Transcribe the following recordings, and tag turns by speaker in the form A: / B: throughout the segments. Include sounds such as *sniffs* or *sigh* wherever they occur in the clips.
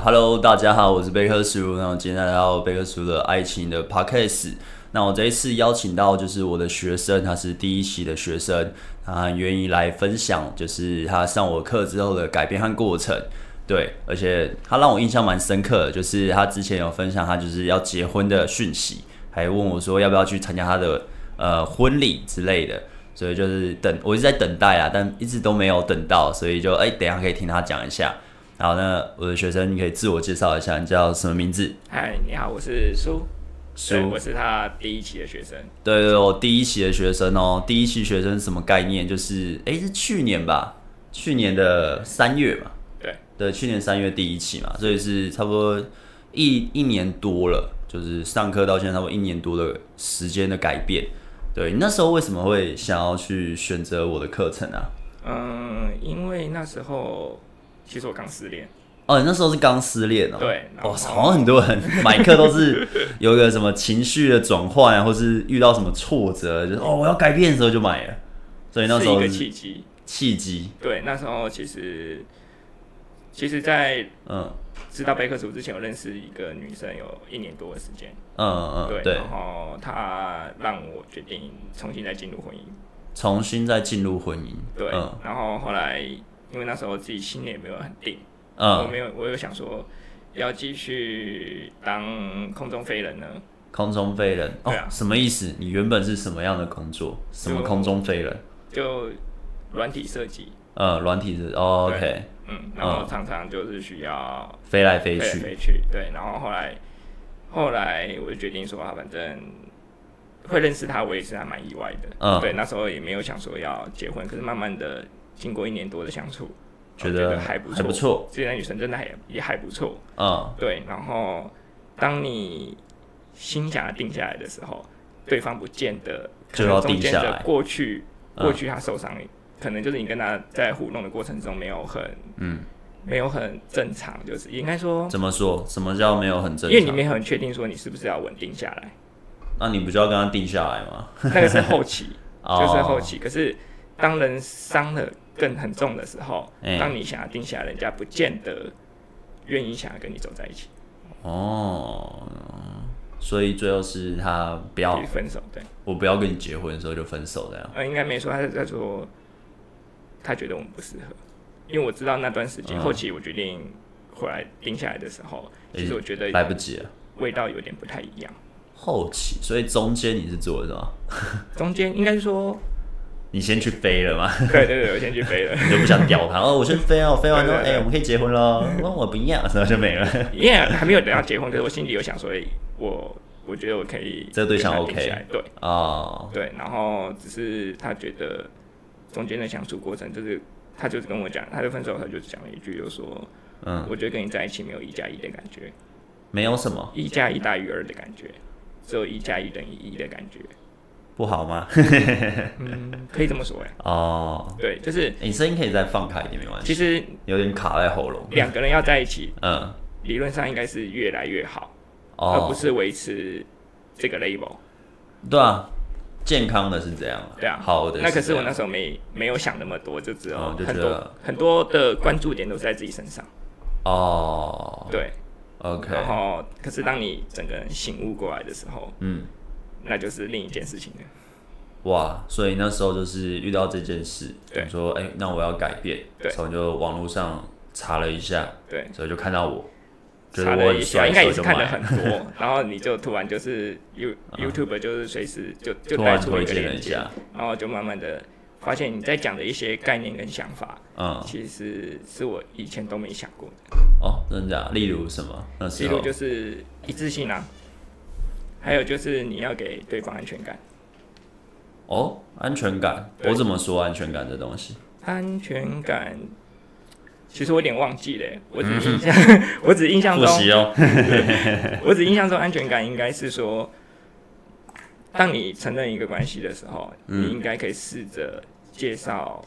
A: Hello，大家好，我是贝克叔。那我今天来到贝克叔的爱情的 Podcast。那我这一次邀请到就是我的学生，他是第一期的学生，他很愿意来分享，就是他上我课之后的改变和过程。对，而且他让我印象蛮深刻的，就是他之前有分享他就是要结婚的讯息，还问我说要不要去参加他的呃婚礼之类的。所以就是等，我一直在等待啊，但一直都没有等到，所以就哎、等一下可以听他讲一下。然后呢，我的学生你可以自我介绍一下，你叫什么名字？
B: 嗨，你好，我是苏，对
A: 苏
B: 我是他第一期的学生，
A: 对对对，我第一期的学生哦，第一期学生是什么概念？就是哎，是去年吧，去年的三月嘛，
B: 对，
A: 对，去年三月第一期嘛，所以是差不多一一年多了，就是上课到现在差不多一年多的时间的改变。对，你那时候为什么会想要去选择我的课程啊？
B: 嗯，因为那时候其实我刚失恋，
A: 哦，你那时候是刚失恋哦？
B: 对然后
A: 哇，好像很多人买课都是有一个什么情绪的转换啊，或是遇到什么挫折，就是哦我要改变的时候就买了，所以那时候
B: 是一个
A: 是
B: 契机，
A: 契机，
B: 对，那时候其实其实，在
A: 嗯
B: 知道贝克族之前，我认识一个女生有一年多的时间，
A: 嗯嗯，
B: 对，
A: 对，
B: 然后她让我决定重新再进入婚姻，
A: 重新再进入婚姻，
B: 对，
A: 嗯
B: 然后后来因为那时候自己心里也没有很定，我
A: 嗯，
B: 没有，我有想说要继续当空中飞人呢，
A: 空中飞人哦
B: 对啊，
A: 什么意思？你原本是什么样的工作？什么
B: 就
A: 空中飞人？
B: 就软体设计，
A: 呃，软体是哦
B: 对
A: ，OK，
B: 嗯，然后常常就是需要
A: 飞来飞
B: 飞来
A: 去，
B: 飞去，对，然后后来后来我就决定说啊，反正会认识他，我也是还蛮意外的，
A: 嗯
B: 对，那时候也没有想说要结婚，可是慢慢的经过一年多的相处，
A: 觉
B: 我
A: 得
B: 得还不错，
A: 还不错，
B: 这个女生真的还也还不错，
A: 嗯，
B: 对，然后当你心想要定下来的时候，对方不见得可
A: 就要
B: 能
A: 定
B: 中间
A: 下
B: 的
A: 来
B: 过去，
A: 嗯
B: 过去他受伤，可能就是你跟他在互动的过程中没有很，
A: 嗯，
B: 没有很正常，就是应该说，
A: 怎么说？什么叫没有很正
B: 因
A: 常？
B: 为你没有很确定说你是不是要稳定下来，
A: 那你不就要跟他定下来吗？
B: 那个是后期，
A: *laughs* 哦
B: 就是后期。可是当人伤的更很重的时候，
A: 哎
B: 当你想要定下来，人家不见得愿意想要跟你走在一起，
A: 哦，所以最后是他不要
B: 去分手，对。
A: 我不要跟你结婚的时候就分手这样。
B: 呃，应该没说，他是在说他觉得我们不适合，因为我知道那段时间、
A: 嗯
B: 后期我决定回来定下来的时候，其实我觉得
A: 来不及了，
B: 味道有点不太一样。
A: 后期，所以中间你是做了什么？
B: 中间应该是说， *laughs*
A: 你先去飞了吗？ *laughs*
B: 对对对，我先去飞了，
A: 你就不想屌他哦，我先飞啊，我飞完之后，
B: 对
A: 哎、
B: 对对
A: 我们可以结婚了。那我不要， *laughs* 然后就没了。
B: 因为还没有等到结婚，可是我心里有想说，哎我我觉得我可以
A: 这个对象
B: 跟他定下来
A: OK
B: 对
A: 哦，
B: 对，然后只是他觉得中间的相处过程就是。他就是跟我讲，他就分手，他就讲了一句，就说，
A: 嗯，
B: 我觉得跟你在一起没有一加一的感觉。
A: 没有什么
B: 一加一大于二的感觉，只有一加一等于一的感觉。
A: 不好吗？ *laughs*
B: 嗯，可以这么说哎、
A: 哦，
B: 对，就是
A: 哎你声音可以再放开一点，没关
B: 其
A: 系，
B: 实
A: 有点卡在喉咙。
B: 两个人要在一起，
A: 嗯，
B: 理论上应该是越来越好，而呃不
A: 哦，
B: 是维持这个 label。
A: 对啊，健康的是这样啊，
B: 对啊，
A: 好的这样。
B: 那可是我那时候没没有想那么多，就只有
A: 哦就
B: 很
A: 觉
B: 多、
A: 得
B: 很多的关注点都是在自己身上。
A: 哦
B: 对，
A: ，OK，
B: 然后可是当你整个人醒悟过来的时候，
A: 嗯。
B: 那就是另一件事情了。
A: 哇，所以那时候就是遇到这件事，
B: 对
A: 你说哎、那我要改变，
B: 对
A: 所以就网络上查了一下，
B: 对，
A: 所以就看到我，觉得
B: 查
A: 我
B: 了
A: 很
B: 一
A: 帅，
B: 下，应该
A: 所
B: 也
A: 以
B: 是
A: 就
B: 看了
A: 买
B: 很
A: 了。
B: 多， *laughs* 然后你就突然就是
A: *laughs*
B: You YouTube 就是随时就就
A: 突
B: 带
A: 然
B: 出
A: 推
B: 一个
A: 荐了一
B: 链接
A: 下，，
B: 然后就慢慢的发现你在讲的一些概念跟想法，
A: 嗯，
B: 其实是我以前都没想过的。
A: 哦，真的假的？例如什么？那
B: 记
A: 时
B: 录
A: 候
B: 就是一致性啊，还有就是你要给对方安全感，
A: 哦，安全感，
B: 对
A: 我怎么说安全感这东西？
B: 安全感。其实我有点忘记了欸，我只印
A: *laughs*
B: 象，我只印象
A: 复
B: 中，
A: 习哦，
B: *laughs* 我只印象中安全感应该是说，当你承认一个关系的时候，
A: 嗯
B: 你应该可以试着介绍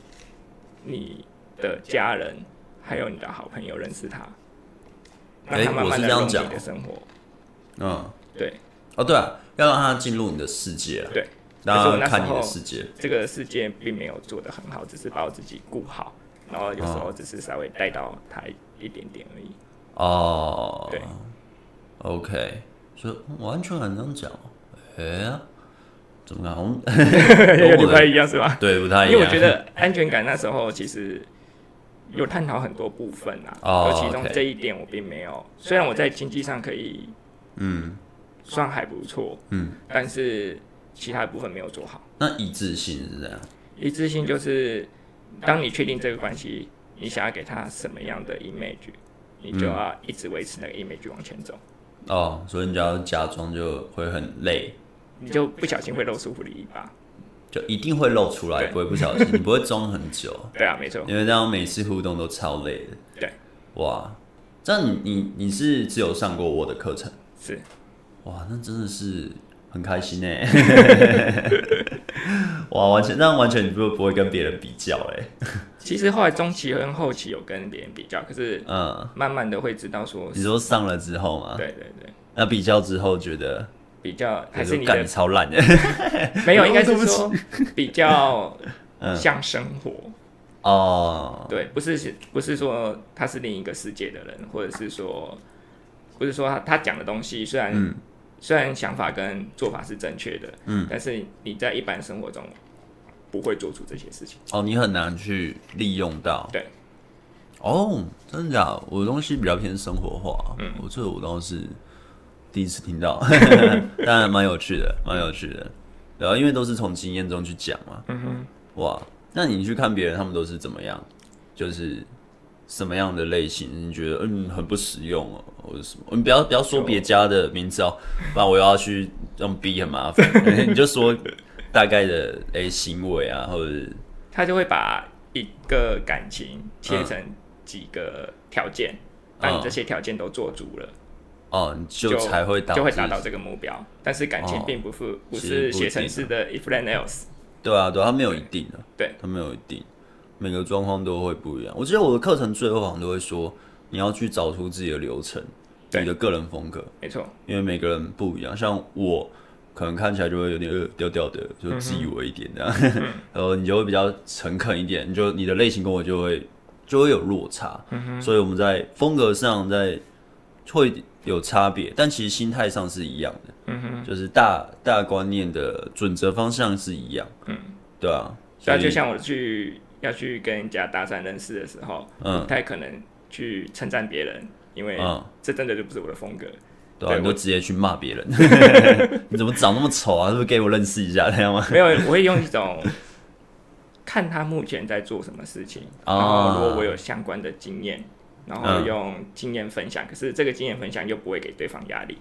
B: 你的家人，还有你的好朋友认识他，让
A: 诶
B: 他慢
A: 我是
B: 慢的
A: 这样
B: 融入
A: 讲
B: 你的
A: 哦
B: 生活。
A: 嗯，
B: 对，
A: 哦对啊，要让他进入你的世界啊，
B: 对，
A: 让
B: 可是我那
A: 他
B: 时
A: 看你的
B: 候
A: 世界，
B: 这个世界并没有做得很好，只是把我自己顾好，然后有时候只是稍微带到他一点点而已。
A: 哦，
B: 对
A: ，OK，说完全很能讲，哎、呀，怎么讲？我们
B: *laughs* 有
A: 跟
B: 点不
A: 我
B: 太
A: 的
B: 一样是吧？
A: 对不太一
B: 因
A: 样，
B: 为我觉得安全感那时候其实有探讨很多部分啊，
A: 哦
B: 而其中
A: OK
B: 这一点我并没有。虽然我在经济上可以
A: 嗯
B: 算还不错，
A: 嗯，
B: 但是其他部分没有做好。
A: 那一致性是这样，
B: 一致性就是，当你确定这个关系，你想要给他什么样的 image，你就要一直维持那个 image 往前走，
A: 哦，所以你只要假装就会很累，
B: 你就不小心会露出狐狸尾巴。
A: 就一定会露出来，
B: 对
A: 不会不小
B: *laughs*
A: 心，你不会装很久，
B: 对啊，没错，
A: 因为这样每次互动都超累的。
B: 对，
A: 哇，这样你你你是只有上过我的课程，
B: 是
A: 哇，那真的是很开心呢。
B: *laughs*
A: 哇，完全，那完全你不不会跟别人比较哎，
B: 其实后来中期跟后期有跟别人比较，可是
A: 嗯，
B: 慢慢的会知道说，
A: 你说上了之后嘛，
B: 对对对，
A: 那比较之后觉得
B: 比较还
A: 就是说
B: 你
A: 干
B: 的
A: 你超烂欸的
B: *laughs* 没有，应该
A: 哦对
B: 是
A: 不起
B: 说比较
A: *laughs* 嗯
B: 像生活，
A: 哦，
B: 对，不是不是说他是另一个世界的人，或者是说不是说他他讲的东西虽然、
A: 嗯
B: 虽然想法跟做法是正确的，
A: 嗯，
B: 但是你在一般生活中不会做出这些事情，
A: 哦，你很难去利用到，
B: 对，
A: 哦，真的假的我的东西比较偏生活化，
B: 嗯
A: 我这个我倒是第一次听
B: *laughs*
A: 到，但蛮有趣的，蛮有趣的。然后因为都是从经验中去讲嘛，
B: 嗯哼，
A: 哇，那你去看别人，他们都是怎么样，就是什么样的类型？你觉得嗯很不实用哦，或者什么？你不要不要说别家的名字哦，不然我又要去用 B 很
B: *laughs*
A: 麻烦。你就说大概的诶、行为啊，或者是
B: 他就会把一个感情切
A: 嗯
B: 成几个条件，当你这些条件都做足了。
A: 哦，你就才会导致
B: 就会达到这个目标，但是感情
A: 哦
B: 并不是、不
A: 其实不一啊定
B: 是写程式的 if then else，
A: 对啊，对啊，它没有一定的、
B: 对，
A: 它没有一定，每个状况都会不一样。我记得我的课程最后好像都会说，你要去找出自己的流程，
B: 对
A: 你的个人风格，
B: 没错，
A: 因为每个人不一样。像我可能看起来就会有点呃调调的，就自以为一点这样，
B: 嗯
A: *laughs* 然后你就会比较诚恳一点，你就你的类型跟我就会就会有落差，
B: 嗯
A: 所以我们在风格上在会有差别，但其实心态上是一样的。
B: 嗯哼，
A: 就是大大观念的准则方向是一样，嗯，对啊，
B: 对
A: 所
B: 啊，就
A: 以
B: 像我去要去跟人家搭讪认识的时候，
A: 嗯
B: 不太可能去称赞别人，因为
A: 嗯
B: 这真的就不是我
A: *laughs*
B: 的风格。
A: 对啊，
B: 对
A: 你就直接去骂别
B: *laughs*
A: 人，你怎么长那么丑啊？是不是给我认识一下，这样吗？ *laughs*
B: 没有，我会用一种看他目前在做什么事情，
A: 哦
B: 然后如果我有相关的经验，然后
A: 嗯
B: 用经验分享，可是这个经验分享又不会给对方压力。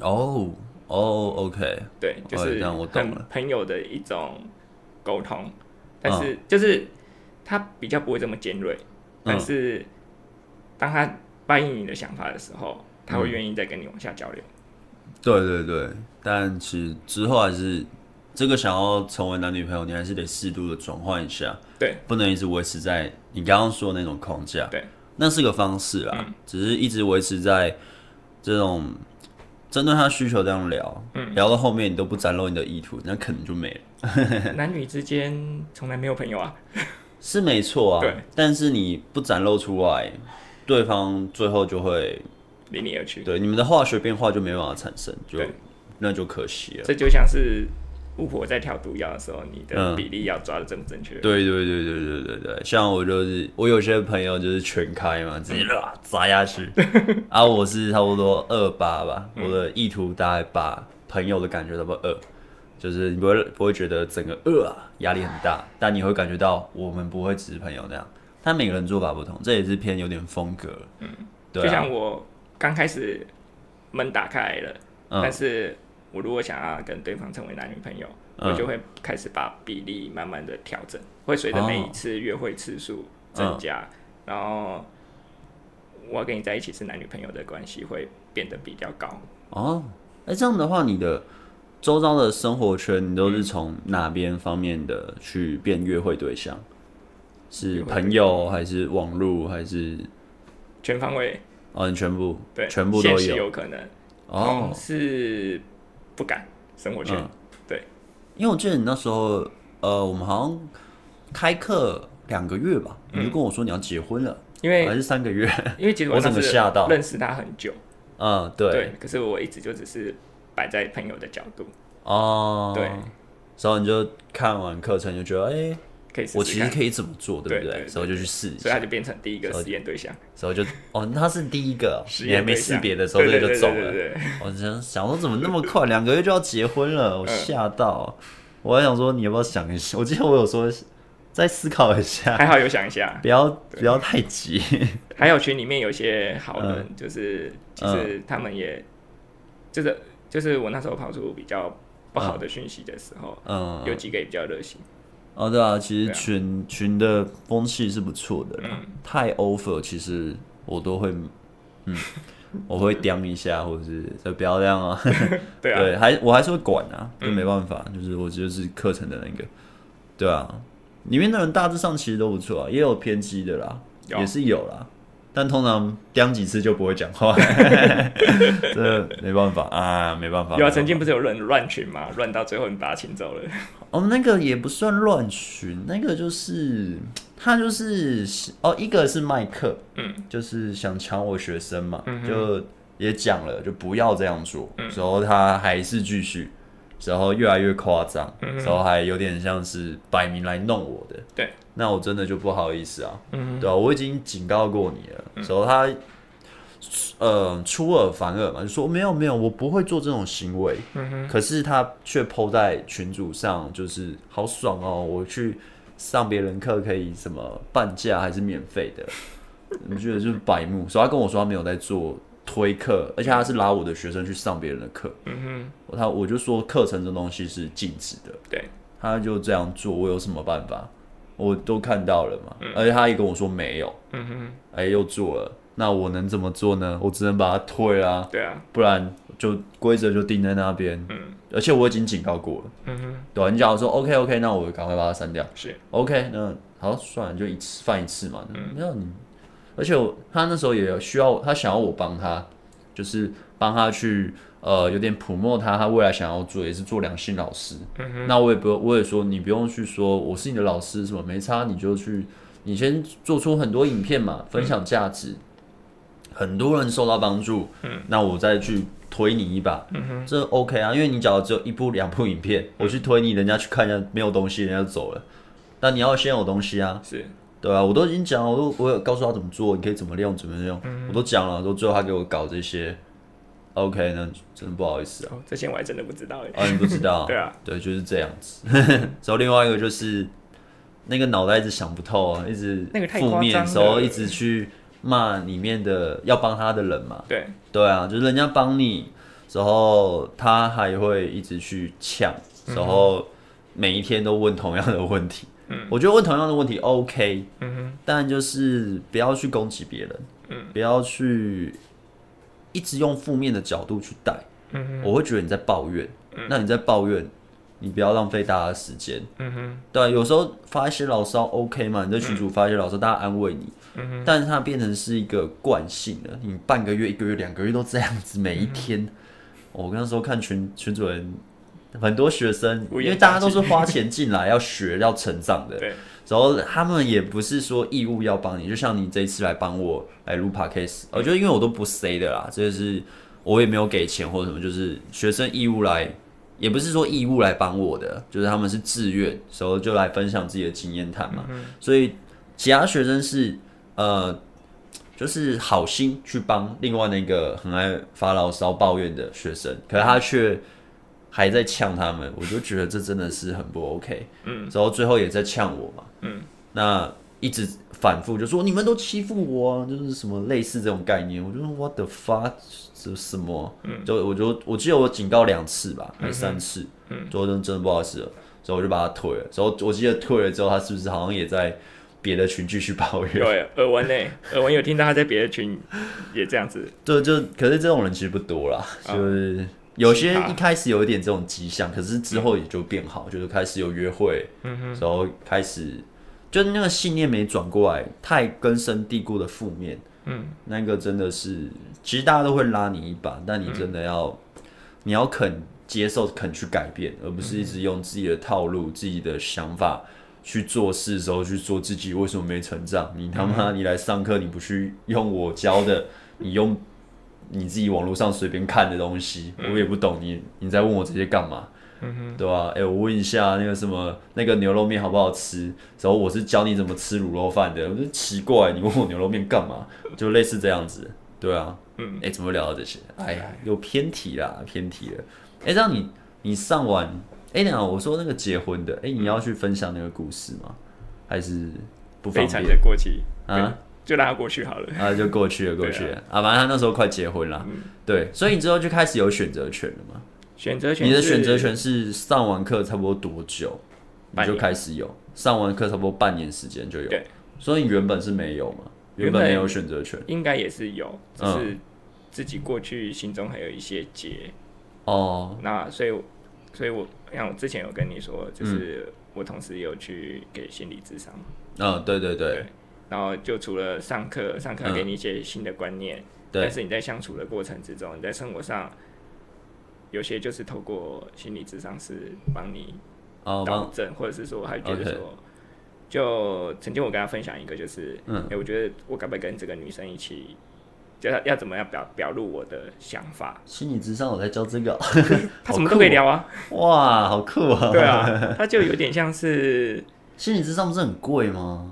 A: 哦哦，OK，
B: 对，就
A: 哦
B: 是
A: 这样我懂
B: 很
A: 了嗯
B: 朋友的一种沟通，但是就是他比较不会这么尖锐，
A: 嗯
B: 但是当他答应你的想法的时候，他
A: 嗯
B: 会愿意再跟你往下
A: *laughs*
B: 交流。
A: 对对对，但其实之后还是这个想要成为男女朋友，你还是得适度的转换一下，
B: 对，
A: 不能一直维持在你刚刚说的那种框架，
B: 对，嗯
A: 那是个方式啦，只是一直维持在这种针对他需求这样聊，
B: 嗯
A: 聊到后面你都不展露你的意图，那可能就没了，
B: 男女之间从来没有朋友啊，
A: 是没错啊，
B: 对，
A: 但是你不展露出来，对方最后就会
B: 离你而去，
A: 对你们的化学变化就没办法产生，就
B: 对
A: 那就可惜了。
B: 这就像是巫婆在调毒药的时候，你的
A: 嗯
B: 比例要抓的正不正确。
A: 对对对对对对对，像我就是我有些朋友就是全开嘛，直接
B: 嗯
A: 啦 *laughs* 砸下去，啊，我是差不多二八吧，我
B: 嗯
A: 的意图大概八，朋友的感觉差不多二，就是你不会不会觉得整个二啊压力很大，但你会感觉到我们不会只是朋友那样，但每个人做法不同，这也是偏有点风格，嗯，对
B: 就
A: 啊，
B: 像我刚开始门打开了，
A: 嗯
B: 但是我如果想要跟对方成为男女朋友，
A: 嗯
B: 我就会开始把比例慢慢的调整，会随着每一次约会次数增加，
A: 哦
B: 然后我要跟你在一起是男女朋友的关系会变得比较高。
A: 哦，哎、这样的话，你的周遭的生活圈，你都
B: 嗯
A: 是从哪边方面的去变约会对象？是
B: 约会对
A: 朋友还是网络还是
B: 全方位
A: 哦？你全部
B: 对，
A: 全部都
B: 现实
A: 有
B: 有嗯可能，
A: 哦
B: 同。事不敢生活圈，
A: 嗯
B: 对，
A: 因为我记得你那时
B: 嗯
A: 候，呃，我们好像开课两个月吧，你就跟我说你要结婚了，
B: 因为
A: 还是三个月？ *laughs*
B: 因为其实
A: 我
B: 上
A: 整个
B: 次
A: 吓到
B: 认识他很久，
A: 嗯，
B: 对
A: 对，，
B: 可是我一直就只是摆在朋友的角度，
A: 哦，
B: 对，
A: 然后你就看完课程就觉得，哎，
B: 可以试
A: 我
B: 试
A: 其实
B: 看，
A: 可以怎么做，对不
B: 对
A: 对？
B: 对
A: 然
B: 对
A: 后就去试一
B: 所以他
A: 下，
B: 就变成第一个实验对象，
A: 然后就，哦，他是第一个，
B: 实
A: 你还
B: 验
A: 没
B: 对
A: 试
B: 象
A: 别的时候，这
B: 对
A: 个
B: 对
A: 就
B: 对
A: 中
B: 对
A: 了。 *laughs*
B: 对对对
A: 我想想说怎么那么快，两个月就要结婚了，我吓到。我还想说你要不要想一下？我记得我有说再思考一下，
B: *laughs* 还好有想一下，
A: 不要不要太急。
B: 还有群里面有些好人，
A: 嗯
B: 就是其实他们也，就是就是我那时候跑出比较不好的讯息的时候，
A: 嗯，
B: 有几个也比较热心，
A: 哦对啊，其实
B: 对啊
A: 群、群的风气是不错的啦，
B: 嗯
A: 太 over 其实我都会，嗯，我会刁一下，或者是就不要这样啊。
B: 对啊，嗯
A: 对，还我还是会管啊，就没办法，就是我就是课程的那个，对啊，里面的人大致上其实都不错啊，也有偏激的啦，
B: 有
A: 也是有啦，但通常刁几次就不会讲话， *laughs* 这没办法啊，没办法。
B: 有
A: 没办
B: 啊，
A: 法
B: 曾经不是有人乱群嘛，乱到最后你把他请走了，
A: 哦，那个也不算乱群，那个就是他就是哦，一个是麦克，
B: 嗯，
A: 就是想抢我学生嘛，
B: 嗯哼嗯
A: 就也讲了，就不要这样做，然后他还是继续，然后越来越夸张，
B: 嗯哼
A: 然后还有点像是摆明来弄我的，
B: 对，
A: 那我真的就不好意思啊，
B: 嗯，
A: 对啊，我已经警告过你了，然后他。呃，出尔反尔嘛，就说没有没有，我不会做这种行为。
B: 嗯哼，
A: 可是他却抛在群组上，就是好爽哦！我去上别人课可以什么半价还是免费的， *laughs* 你不觉得就是白目？所以他跟我说他没有在做推课，而且他是拉我的学生去上别人的课，
B: 嗯哼，
A: 他我就说课程这东西是禁止的，
B: 对，
A: 他就这样做，我有什么办法？我都看到了嘛，而且他也跟我说没有，
B: 嗯哼，
A: 哎、又做了，那我能怎么做呢？我只能把他推啦、
B: 对啊，
A: 不然就规则就定在那边，
B: 嗯
A: 而且我已经警告过了。
B: 嗯哼，
A: 对、啊，你假如说 OK OK，那我赶快把它删掉。
B: 是，
A: OK，那好，算了，就一次犯一次嘛。没有你，而且我他那时候也有需要，他想要我帮他，就是帮他去呃，有点普莫他，他未来想要做也是做良心老师。
B: 嗯
A: 那我也不，我也说你不用去说我是你的老师什么没差，你就去，你先做出很多影片嘛，分享价值，很多人受到帮助，嗯，那我再去推你一把，
B: 嗯哼，
A: 这 OK 啊，因为你假如只有一部两部影片，我去推你，人家去看一下没有东西，人家就走了。但你要先有东西啊，
B: 是，
A: 对啊，我都已经讲了，我都我有告诉他怎么做，你可以怎么用，怎么用，
B: 嗯
A: 我都讲了，都最后他给我搞这些，OK，那真的不好意思啊，
B: 哦，这些我还真的不知道哎，
A: 啊你不知道、
B: *laughs* 对啊，
A: 对，就是这样子。 *laughs* 然后另外一个就是那个脑袋一直想不透啊，一直
B: 那个太
A: 负
B: 夸
A: 面，
B: 张
A: 然后
B: 了
A: 一直去骂里面的要帮他的人嘛，
B: 对，
A: 对啊，就是人家帮你，然后他还会一直去呛，然后每一天都问同样的问题。
B: 嗯
A: 我觉得问同样的问题 OK，
B: 嗯哼，
A: 但就是不要去攻击别人，
B: 嗯
A: 不要去一直用负面的角度去带，
B: 嗯哼，
A: 我会觉得你在抱怨。那你在抱怨，你不要浪费大家的时间。
B: 嗯哼，
A: 对啊、有时候发一些牢骚 OK 嘛，你在群主发一些牢骚，大家安慰你，
B: 嗯哼
A: 但是它变成是一个惯性了，你半个月、一个月、两个月都这样子，每一天。
B: 嗯
A: 哦我跟他说看群群主人很多学生，因
B: 乌烟瘴气
A: 为大家都是花钱进来要学要成长的，
B: 对，
A: 然后他们也不是说义务要帮你，就像你这一次来帮我来录 podcast，我
B: 嗯
A: 觉得因为我都不 say 的啦，就是我也没有给钱或者什么，就是学生义务来，也不是说义务来帮我的，就是他们是自愿，所以就来分享自己的经验谈嘛。所以其他学生是呃，就是好心去帮另外那个很爱发牢骚抱怨的学生，可是他却还在呛他们，我就觉得这真的是很不 OK。
B: 嗯，
A: 然后最后也在呛我嘛，
B: 嗯，
A: 那一直反复就说你们都欺负我、啊，就是什么类似这种概念，我就说 what the fuck 这是什么？嗯，就我就我记得我警告两次吧，还是三次，嗯，最后真真的不好意思了，所以我就把他退了。然后我记得退了之后，他是不是好像也在别的群继续抱
B: *laughs*
A: 怨？
B: 有哎，耳闻呢，耳闻有听到他在别的群也这样子，
A: 对，就可是这种人其实不多啦，就是有些一开始有一点这种迹象，可是之后也就变好，就是开始有约会，然后开始就是那个信念没转过来，太根深蒂固的负面，
B: 嗯，
A: 那个真的是，其实大家都会拉你一把，但你真的要、你要肯接受，肯去改变，而不是一直用自己的套路、自己的想法去做事的时候去说自己为什么没成长。你他妈，你来上课你不去用我教的， *laughs* 你用你自己网络上随便看的东西，我也不懂你，你在问我这些干嘛？对吧、啊？哎、我问一下那个什么那个牛肉面好不好吃？然后我是教你怎么吃卤肉饭的，我就奇怪，你问我牛肉面干嘛？就类似这样子，对啊，
B: 嗯，
A: 哎、怎么会聊到这些？哎呀，又偏题啦，偏题了。哎、让你你上完，哎、等一下我说那个结婚的，哎、你要去分享那个故事吗？还是不方
B: 悲惨
A: 便
B: 的过期，
A: 啊？
B: 就让它过去好了。
A: 啊，就过去了，过去了啊反正他那时候快结婚
B: 嗯
A: 了，对，所以你之后就开始有选择权了嘛？
B: 选择权，
A: 你的选择，权是上完课差不多多久你
B: 半
A: 就
B: 年
A: 开始有？上完课差不多半年时间就有
B: 对，
A: 所以你原本是没有嘛？
B: 原
A: 本
B: 本
A: 没有选择权
B: 应该也是有，只
A: 嗯
B: 是自己过去心中还有一些结。
A: 哦，
B: 那所以我，所以我像我之前有跟你说，就是我同时有去给心理智商，
A: 嗯，对对对
B: 然后就除了上课，上课
A: 嗯
B: 给你一些新的观念，但
A: 对，
B: 是你在相处的过程之中，你在生活上。有些就是透过心理智商是帮你
A: 哦，
B: 导
A: 帮
B: 正，或者是说还觉得
A: OK
B: 说就曾经我跟他分享一个，就是，
A: 嗯
B: 哎、我觉得我该不该跟这个女生一起，就要要怎么样表表露我的想法？
A: 心理智商我在教这个 *laughs* 哦，
B: 他
A: 好
B: 什么都可以
A: 酷
B: 聊啊，
A: 哇，好酷啊！
B: 对，
A: *laughs*
B: 啊，他就有点像是
A: 心理智商不是很贵吗？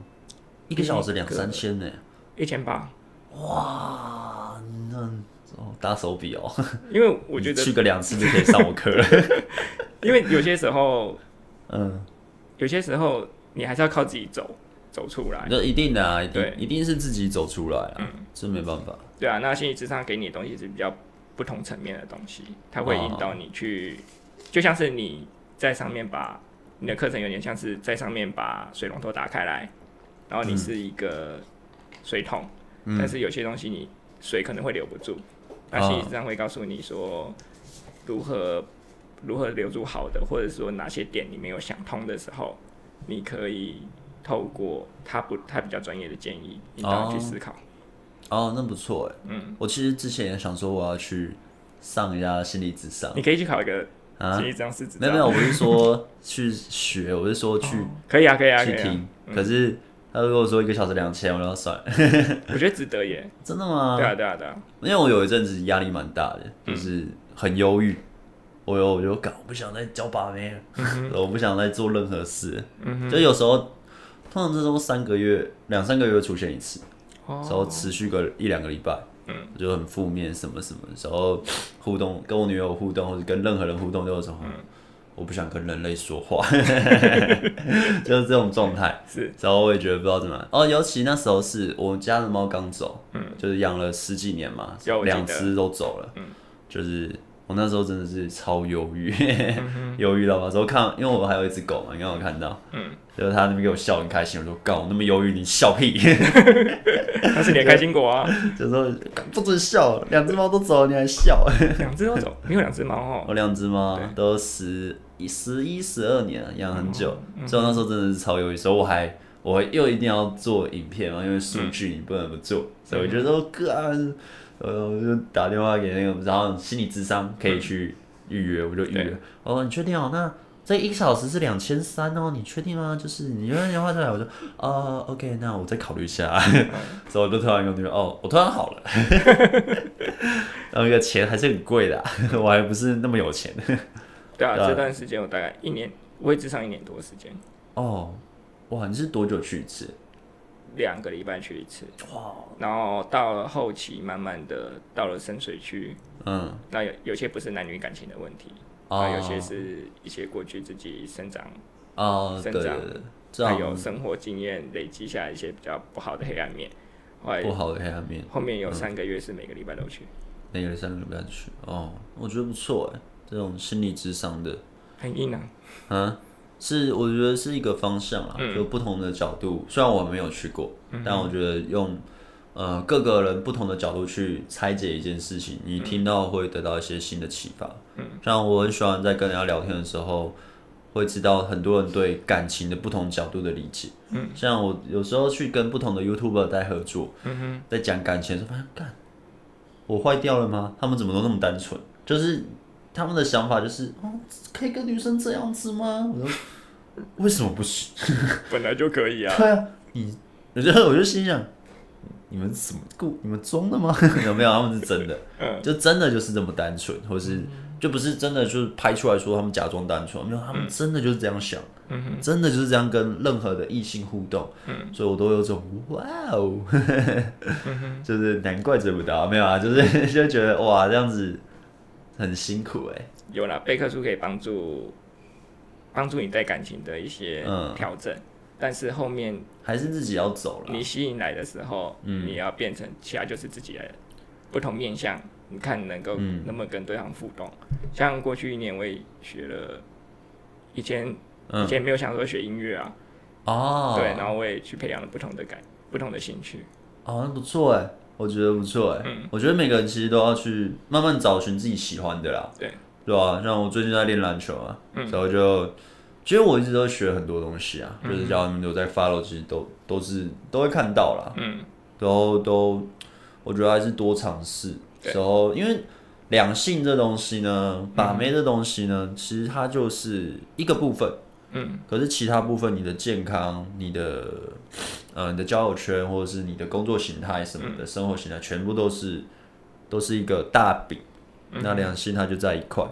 A: 一个小时两
B: 一个
A: 三千呢，
B: 一千八，
A: 哇，那哦打手笔哦，
B: 因为我觉得
A: 你，去个两次就可以上我课
B: *laughs*
A: 了，
B: 因为有些时候，
A: 嗯。
B: 有些时候你还是要靠自己走走出来，
A: 就一定的啊，一定
B: 对嗯
A: 一定是自己走出来啊，这没办法。
B: 对啊，那心理智商给你的东西是比较不同层面的东西，它会引导你去，就像是你在上面把你的课程有点像是在上面把水龙头打开来，然后你是一个水桶，
A: 嗯
B: 但是有些东西你水可能会留不住，那心理智商会告诉你说如何如何留住好的，或者说哪些点你没有想通的时候，你可以透过他不他比较专业的建议引导你
A: 哦
B: 去思考。
A: 哦，那不错哎。嗯，我其实之前也想说我要去上一下心理智商
B: 你可以去考一个
A: 啊
B: 心，理智商师执
A: 没有没有，我不是说去学，我是说去
B: 可以啊，可以啊，可
A: 去
B: 以啊
A: 听。可是他如果说一个小时两千，我就要算了。
B: 啊我觉得值得耶。
A: 真的吗
B: 对？啊，对啊，对啊，
A: 因为我有一阵子压力蛮大的，就是很忧郁。我有我就感我不想再教把妹了， *laughs* 我不想再做任何事。就有时候，通常这都三个月、两三个月会出现一次。然后
B: 哦，
A: 持续个一两个礼拜，嗯，就很负面什么什么，然后互动跟我女友互动，或者跟任何人互动，就是说，
B: 嗯
A: 我不想跟人类说
B: *laughs*
A: 话，就是这种状态。
B: 是，
A: 然后我也觉得不知道怎么办。哦，尤其那时候是我家的猫刚走，嗯，就是养了十几年嘛
B: 有，我记得
A: 两只都走了，嗯，就是我那时候真的是超忧郁，
B: 嗯
A: 忧郁到吧？时候看，因为我还有一只狗嘛，你刚刚有看到，嗯，就是它那边给我笑很开心，我说，干，我那么忧郁，你笑屁。
B: 那是你的开心
A: *laughs*
B: 果啊，
A: 就说不准笑，两只猫都走了，你还笑？
B: 两只都走，你有两只猫哦，
A: 我两只猫都十一、十一、十二年了，养很久，所以我那时候真的是超忧郁，所以我还我又一定要做影片嘛，因为数据你不能不做，所以我就说哥啊，呃，我就打电话给那个，然后心理智商可以去预约，我就预约。哦，你确定哦？那这一个小时是两千三哦，你确定吗？就是你约电话再来，我就啊，OK，那我再考虑一下。 *laughs* 所以我就突然跟我女儿，哦，我突然好了。 *laughs* 然后那个钱还是很贵的啊、 *laughs* 我还不是那么有钱。 *laughs*
B: 对啊，
A: 对啊
B: 这段时间我大概一年，我也只上一年多的时间，
A: 哦，哇，你是多久去一次？
B: 两个礼拜去一次，
A: 哇，
B: 然后到了后期，慢慢的到了深水区，
A: 嗯，
B: 那有有些不是男女感情的问题，
A: 哦
B: 啊，有些是一些过去自己生长，
A: 哦，对
B: 生
A: 对
B: 长
A: 对，这
B: 还有
A: 样
B: 生活经验累积下来一些比较不好的黑暗面，后来
A: 不好的黑暗面，
B: 后面有三个月是每个礼拜都去，
A: 那个三个礼拜去，哦，我觉得不错哎，这种心理智商的，
B: 很硬啊，
A: 嗯，是我觉得是一个方向啦，就不同的角度，虽然我没有去过，但我觉得用。呃，各个人不同的角度去拆解一件事情，你听到会得到一些新的启发。嗯，像我很喜欢在跟人家聊天的时候，会知道很多人对感情的不同角度的理解。嗯，像我有时候去跟不同的 YouTuber 在合作，嗯哼，在讲感情的时候，发现干，我坏掉了吗？他们怎么都那么单纯？就是他们的想法就是，哦，可以跟女生这样子吗？我就为什么不行？
B: *laughs* 本来就可以啊。
A: 对啊，你，我觉得我就心想，你们怎么故你们装的吗？ *laughs* 有没有？他们是真的，
B: 嗯
A: 就真的就是这么单纯，或是就不是真的，就是拍出来说他们假装单纯，没有，他们真的就是这样想，
B: 嗯哼，
A: 真的就是这样跟任何的异性互动，
B: 嗯
A: 所以我都有种哇哦， *laughs*
B: 嗯哼，嗯
A: 就是难怪追不到，没有啊，就是 *laughs* 就觉得哇这样子很辛苦哎、
B: 有啦，备课书可以帮助帮助你在感情的一些
A: 嗯
B: 调整，但是后面
A: 还是自己要走了
B: 你，吸引来的时候，
A: 嗯
B: 你要变成其他就是自己来的不同面向，你看能够
A: 嗯
B: 能不能跟对方互动。像过去一年我也学了，以前以
A: 嗯
B: 前没有想说学音乐啊，
A: 哦，
B: 对，然后我也去培养了不同的感不同的兴趣，
A: 哦，那不错哎，我觉得不错哎。
B: 嗯
A: 我觉得每个人其实都要去慢慢找寻自己喜欢的啦，
B: 对，
A: 对吧、像我最近在练篮球啊，
B: 嗯
A: 然后就其实我一直都学很多东西啊，就是只要你们有在 follow，其实都都是都会看到啦，
B: 嗯
A: 然后都我觉得还是多尝试，然后因为。两性这东西呢，把妹这东西呢，其实它就是一个部分，
B: 嗯
A: 可是其他部分，你的健康、你的呃、你的交友圈，或者是你的工作形态什
B: 嗯
A: 么的，生活形态，全部都是都是一个大饼。
B: 嗯
A: 那两性它就在一块，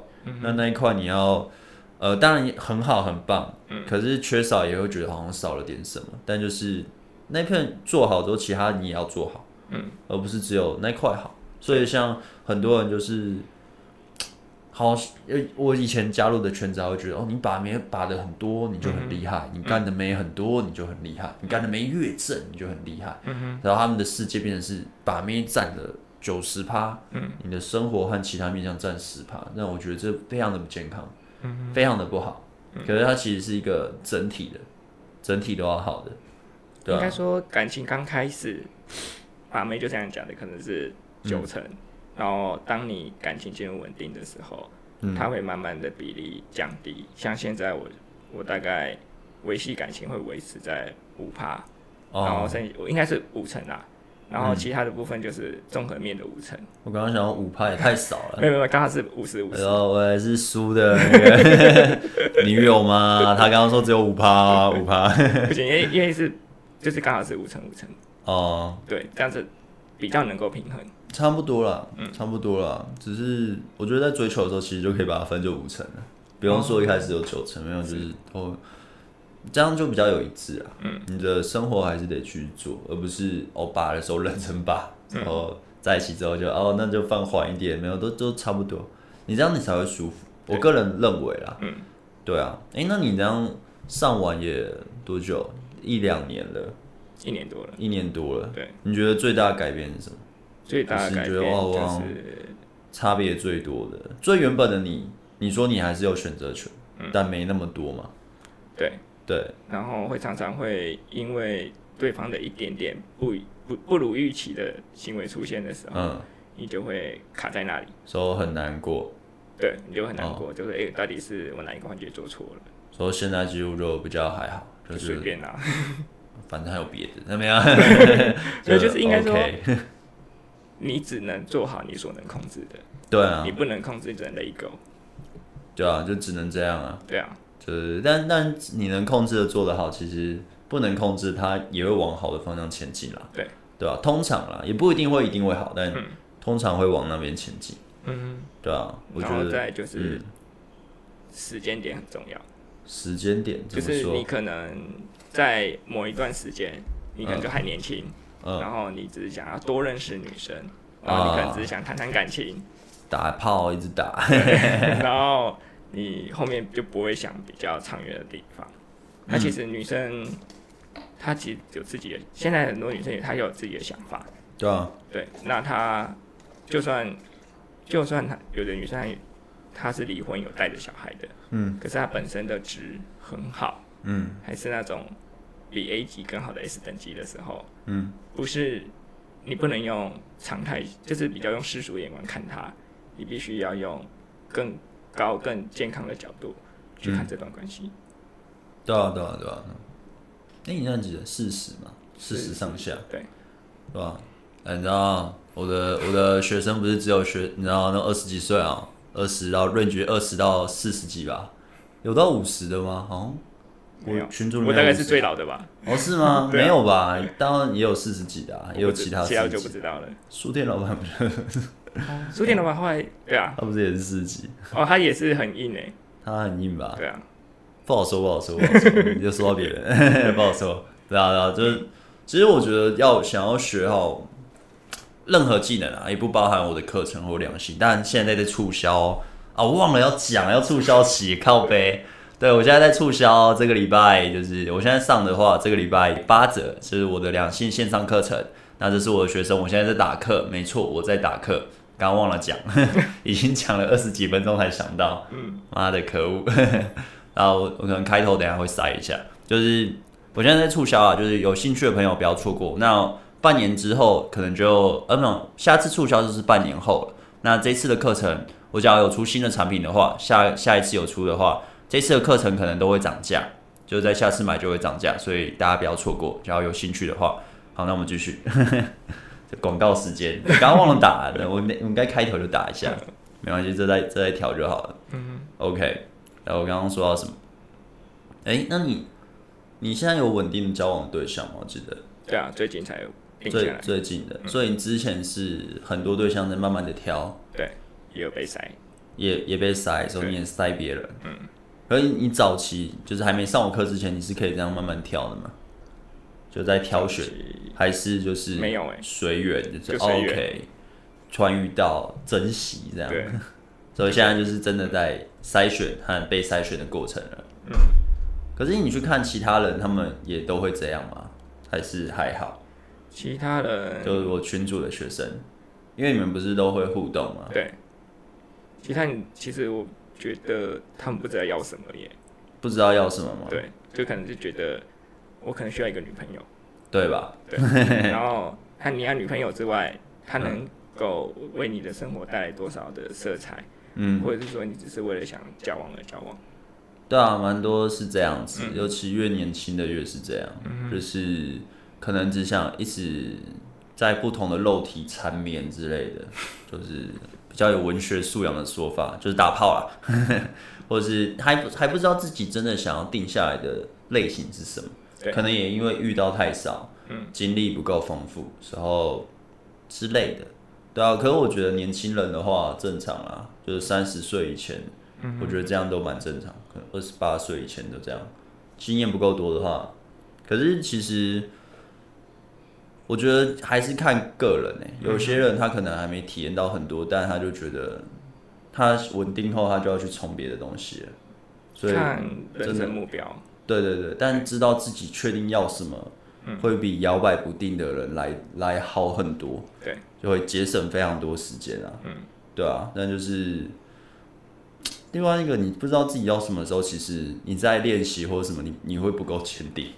A: 那那一块你要呃，当然很好很棒，
B: 嗯
A: 可是缺少也会觉得好像少了点什么。但就是那片做好之后，其他你也要做好，
B: 嗯，
A: 而不是只有那块好。所以像很多人就是。好，呃，我以前加入的圈子，还会觉得哦，你把眉把的很多，你就
B: 嗯
A: 很厉害；你干的眉很多，你就很厉害；你干的眉越正，你就很厉害。
B: 嗯
A: 然后他们的世界变成是把妹占了九十趴，
B: 嗯，
A: 你的生活和其他面向占十趴，那我觉得这非常的不健康，
B: 嗯哼，嗯
A: 非常的不好。可是它其实是一个整体的，整体都要好的，对啊吧、
B: 应该说感情刚开始， *coughs* 把妹就这样讲的，可能是九成。然后，当你感情进入稳定的时候，
A: 嗯
B: 它会慢慢的比例降低。像现在我，我大概维系感情会维持在五趴，然
A: 哦，
B: 后
A: 嗯
B: 剩我应该是五成啦，然后其他的部分就是综合面的五成，
A: 我刚刚想五趴也太少了。
B: 没有没有，刚好是五十五
A: 然
B: 十，
A: 后我还是输的那个 *laughs* 女友吗？她刚刚说只有五趴，啊五趴
B: 不行，因为因为是就是刚好是五成五成，
A: 哦，
B: 对，这样子比较能够平衡。
A: 差不多啦，差不多啦。只是我觉得在追求的时候，其实就可以把它分就五成了，不用说一开始有九成，没有就是哦，这样就比较有一致啊。嗯，你的生活还是得去做，而不是哦把的时候认真把，然后在一起之后就哦那就放缓一点，没有都都差不多。你这样你才会舒服，我个人认为啦。
B: 嗯，
A: 对啊。哎、那你这样上完也多久？一两年了，
B: 一年多了，
A: 一年多了。
B: 对，
A: 你觉得最大的改变是什么？
B: 最大的改
A: 就是
B: 变
A: 呃觉得哇哦哇
B: 就是
A: 差别最多的，最原本的你，你说你还是有选择权，
B: 嗯
A: 但没那么多嘛？
B: 对，
A: 对，
B: 然后会常常会因为对方的一点点不不不如预期的行为出现的时候，
A: 嗯，
B: 你就会卡在那里，
A: 所以很难过，
B: 对，你就很难
A: 哦
B: 过，就是哎、诶到底是我哪一个环节做错了，
A: 所以现在几乎就比较还好，就
B: 就随
A: 是
B: 便啊啦、
A: 反正还有别的，怎么
B: *laughs*
A: 样？
B: 没有就是应该说
A: OK *laughs*
B: 你只能做好你所能控制的，
A: 对啊
B: 你，不能控制只能 let it go。
A: 对啊，就只能这样啊。
B: 对啊，
A: 就是，但但你能控制的做得好，其实不能控制它也会往好的方向前进啦。
B: 对，
A: 对吧、通常啦，也不一定会一定会好，但
B: 嗯
A: 通常会往那边前进，
B: 嗯，
A: 对啊，我觉
B: 然后
A: 得嗯
B: 再就是时间点很重要，
A: 时间点
B: 就
A: 怎么
B: 是
A: 说？
B: 你可能在某一段时间，你可能就还年轻，
A: 嗯，啊
B: 然后你只是想要多认识女生，然后你可能只是想谈谈感情，
A: 打炮一直打，
B: 然后你后面就不会想比较长远的地方。那其实女生，她其实有自己的，现在很多女生也她有自己的想法，
A: 对啊，
B: 对，那她就算就算她有的女生她她是离婚有带着小孩的，
A: 嗯
B: 可是她本身的值很好，
A: 嗯
B: 还是那种比 A 级更好的 S 等级的时候，
A: 嗯，
B: 不是你不能用常态，就是比较用世俗眼光看它，你必须要用更高、更健康的角度去看这段关系。
A: 对啊对啊对啊。哎、你那几个四十嘛，四十上下，
B: 对，
A: 对吧、哎，你知道我的我的学生不是只有学，你知道那二十几岁啊，二十到 range 二十到四十几吧，有到五十的吗？好像
B: 没有
A: 我群主里
B: 我
A: 面
B: 大概
A: 有
B: 是
A: 50
B: 最老的吧，
A: 哦，是吗？
B: *laughs* 对啊
A: 没有吧？当然也有四十几的、啊，也有其他
B: 其他
A: 四
B: 我
A: 十
B: 就不
A: 几。
B: 知道了。
A: 书店老板不是，
B: 书店老板后来对啊，
A: 他不是也是四十几？
B: 哦，他也是很硬诶，
A: 他很硬吧？
B: 对啊，
A: 不好说，不好说，不好说， *laughs* 你就说到别人， *laughs* 不好说。对啊，对啊，就是其实我觉得要想要学好任何技能啊，也不包含我的课程或良心。但现在在促销啊，我忘了要讲要促销起靠背。对，我现在在促销，这个礼拜就是我现在上的话，这个礼拜八折，就是我的两性线上课程。那这是我的学生，我现在在打课，没错，我在打课，刚忘了讲， *laughs* 已经讲了二十几分钟才想到，
B: 嗯，
A: 妈的可恶。然后我可能开头等一下会塞一下，就是我现在在促销啊，就是有兴趣的朋友不要错过。那半年之后可能就呃没有，下次促销就是半年后了。那这次的课程，我只要有出新的产品的话，下下一次有出的话，这次的课程可能都会涨价，就是在下次买就会涨价，所以大家不要错过。只要有兴趣的话，好，那我们继续。 *laughs* 这广告时间，刚刚忘了打，我应该我应该开头就打一下，没关系，这再这再调就好了。
B: 嗯
A: ，OK。然后我刚刚说到什么？哎、那你你现在有稳定的交往对象吗？我记得
B: 对啊，最近才有定下
A: 最
B: 来，嗯
A: 最近的，所以你之前是很多对象在慢慢的挑，
B: 对，也有被塞，
A: 也也被塞，所以
B: 对
A: 你也塞别人。
B: 嗯，
A: 可是你早期就是还没上我课之前，你是可以这样慢慢挑的吗？就在挑选，还是就是
B: 没有欸
A: 随缘，就是哦
B: 就随缘
A: OK，突然遇到珍惜这样。
B: 对，
A: 所以现在就是真的在筛选和被筛选的过程了。
B: 嗯，
A: 可是你去看其他人，他们也都会这样吗？还是还好？
B: 其他人
A: 就是我群主的学生，因为你们不是都会互动吗？
B: 对，其他人其实我觉得他们不知道要什么耶，
A: 不知道要什么吗？
B: 对，就可能就觉得我可能需要一个女朋
A: *laughs*
B: 友，
A: 对吧？
B: 对，然后和你要女朋友之外，她
A: 嗯
B: 能够为你的生活带来多少的色彩，
A: 嗯，
B: 或者是说你只是为了想交往而交往，
A: 对啊，蛮多是这样子，尤其越年轻的越是这样，就是可能只想一直在不同的肉体缠绵之类的，就是比较有文学素养的说法，就是打炮啦， *laughs* 或者是还不还不知道自己真的想要定下来的类型是什么，
B: 对
A: 可能也因为遇到太少，
B: 嗯，
A: 经历不够丰富，然后之类的。对啊，可是我觉得年轻人的话正常啊，就是三十岁以前，
B: 嗯
A: 我觉得这样都蛮正常，可能二十八岁以前都这样，经验不够多的话，可是其实我觉得还是看个人诶、
B: 嗯
A: 有些人他可能还没体验到很多，但他就觉得他稳定后他就要去冲别的东西了，所以
B: 看
A: 真
B: 人
A: 的
B: 生目标，
A: 对对对，但知道自己确定要什么，
B: 嗯
A: 会比摇摆不定的人来来好很多，
B: 对，
A: 就会节省非常多时间啊。
B: 嗯，
A: 对啊，那就是另外一个，你不知道自己要什么的时候，其实你在练习或者什么，你你会不够坚定，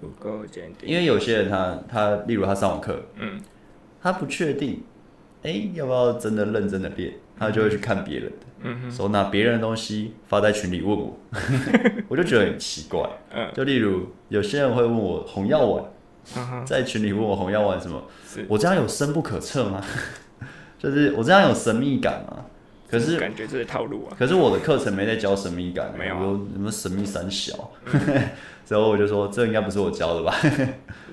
B: 不够坚定，
A: 因为有些人他他，例如他上网课，
B: 嗯，
A: 他不确定，哎、要不要真的认真的练，他就会去看别人的，
B: 嗯
A: 嗯，手拿别人的东西发在群里问
B: *laughs*
A: 我，我就觉得很奇怪。
B: 嗯，
A: 就例如有些人会问我红药丸，
B: 哈哈，
A: 在群里问我红药丸什么，
B: 是
A: 我这样有深不可测吗？ *laughs* 就是我这样有神秘感吗？可是
B: 感觉这是套路啊，
A: 可是我的课程没在教神秘感，
B: 没有啊嗯
A: 我说什么神秘三小， *laughs* 然后我就说这应该不是我教的吧？嗯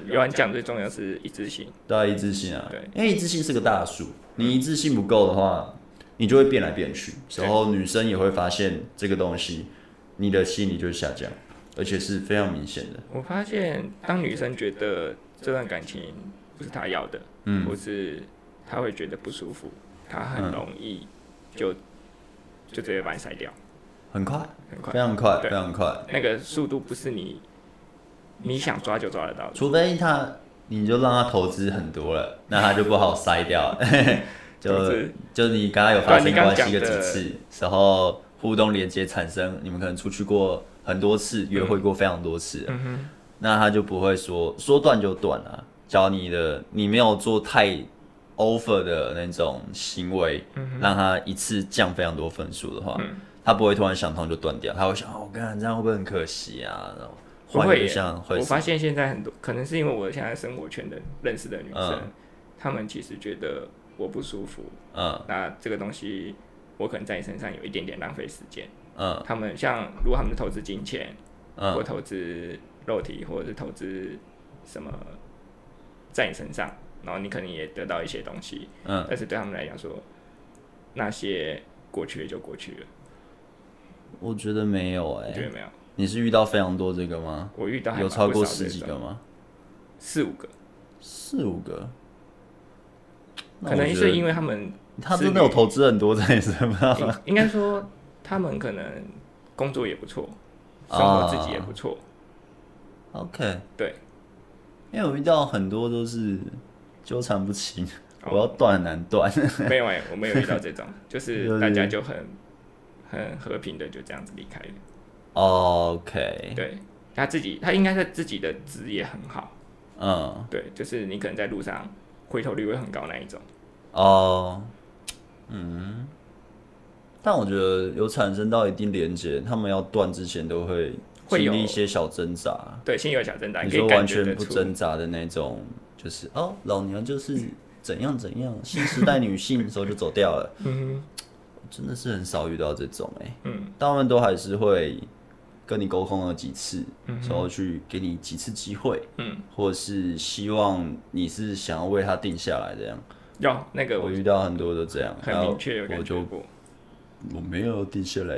B: 有人讲最重要是一致性，
A: 对啊，一致性啊，
B: 对，
A: 因为一致性是个大数，你一致性不够的话，你就会变来变去，
B: 对
A: 然后女生也会发现这个东西，你的吸引力就会下降，而且是非常明显的。
B: 我发现，当女生觉得这段感情不是她要的，
A: 嗯
B: 或是她会觉得不舒服，她很容易就、就直接把你筛掉，
A: 很快，
B: 很快
A: 非。常快，非
B: 对
A: 常快。
B: 那个速度不是你你想抓就抓得到的，
A: 除非他，你就让他投资很多了，那他就不好筛掉了。 *laughs*
B: 投
A: 就
B: 资
A: 就你刚刚有发生关系个
B: 对你刚
A: 几
B: 刚
A: 次，然后互动连接产生，你们可能出去过很多次，约会过非常多次了，
B: 嗯哼，
A: 那他就不会说说断就断了、啊。只要你的你没有做太 over 的那种行为，让他一次降非常多分数的话，
B: 嗯
A: 他不会突然想通就断掉，他会想哦，我看这样会不会很可惜啊？然后
B: 不
A: 换一
B: 会
A: 个
B: 耶
A: 对象会
B: 我
A: 死
B: 发现现在很多，可能是因为我现在生活圈的认识的女生，
A: 嗯
B: 她们其实觉得我不舒服，
A: 嗯
B: 那这个东西我可能在你身上有一点点浪费时间。
A: 嗯
B: 他们像如果他们投资金钱，
A: 嗯
B: 或投资肉体，或者是投资什么在你身上，然后你可能也得到一些东西，
A: 嗯，
B: 但是对他们来讲说，那些过去了就过去了，
A: 我觉得没有哎、
B: 你觉得没有？
A: 你是遇到非常多这个吗？
B: 我遇到还
A: 有
B: 蛮
A: 超
B: 不
A: 过
B: 少
A: 十
B: 这
A: 几
B: 种
A: 个吗？
B: 四五个，
A: 四五个，那
B: 可
A: 我
B: 能
A: 觉
B: 是
A: 得
B: 因为他们
A: 他
B: 是
A: 真的有
B: 你
A: 投资很多在你身上，
B: 应应该说他们可能工作也不错，
A: 啊
B: 生活自己也不错，
A: *laughs* OK，
B: 对，
A: 因为我遇到很多都是纠缠不清，
B: 哦
A: *laughs* 我要断很难断。
B: 没有哎、我没有遇到这
A: *laughs*
B: 种，就
A: 就是
B: 是大家就很很和平的就这样子离开了。
A: OK，
B: 对他自己，他应该是自己的职业很好，
A: 嗯，
B: 对，就是你可能在路上回头率会很高那一种。
A: 哦，嗯，但我觉得有产生到一定连接，他们要断之前都会
B: 会
A: 经
B: 有
A: 历一些小挣扎。
B: 对，心有小挣扎，
A: 你
B: 可以
A: 说
B: 感
A: 完
B: 觉
A: 全
B: 得
A: 不
B: 出。
A: 挣扎的那种，就是哦，老娘就是怎样怎样，新时代女性 *laughs* 的时候就走掉了，
B: 嗯
A: 真的是很少遇到这种哎、
B: 哼嗯，
A: 他们都还是会跟你沟通了几次，
B: 嗯
A: 然后去给你几次机会，
B: 嗯，
A: 或者是希望你是想要为他定下来这样。
B: 有那个
A: 我
B: 我
A: 遇到很多都这样，
B: 很
A: 然后
B: 明确有
A: 我
B: 感觉
A: 就
B: 过。
A: 我没有定下
B: *laughs*
A: 来。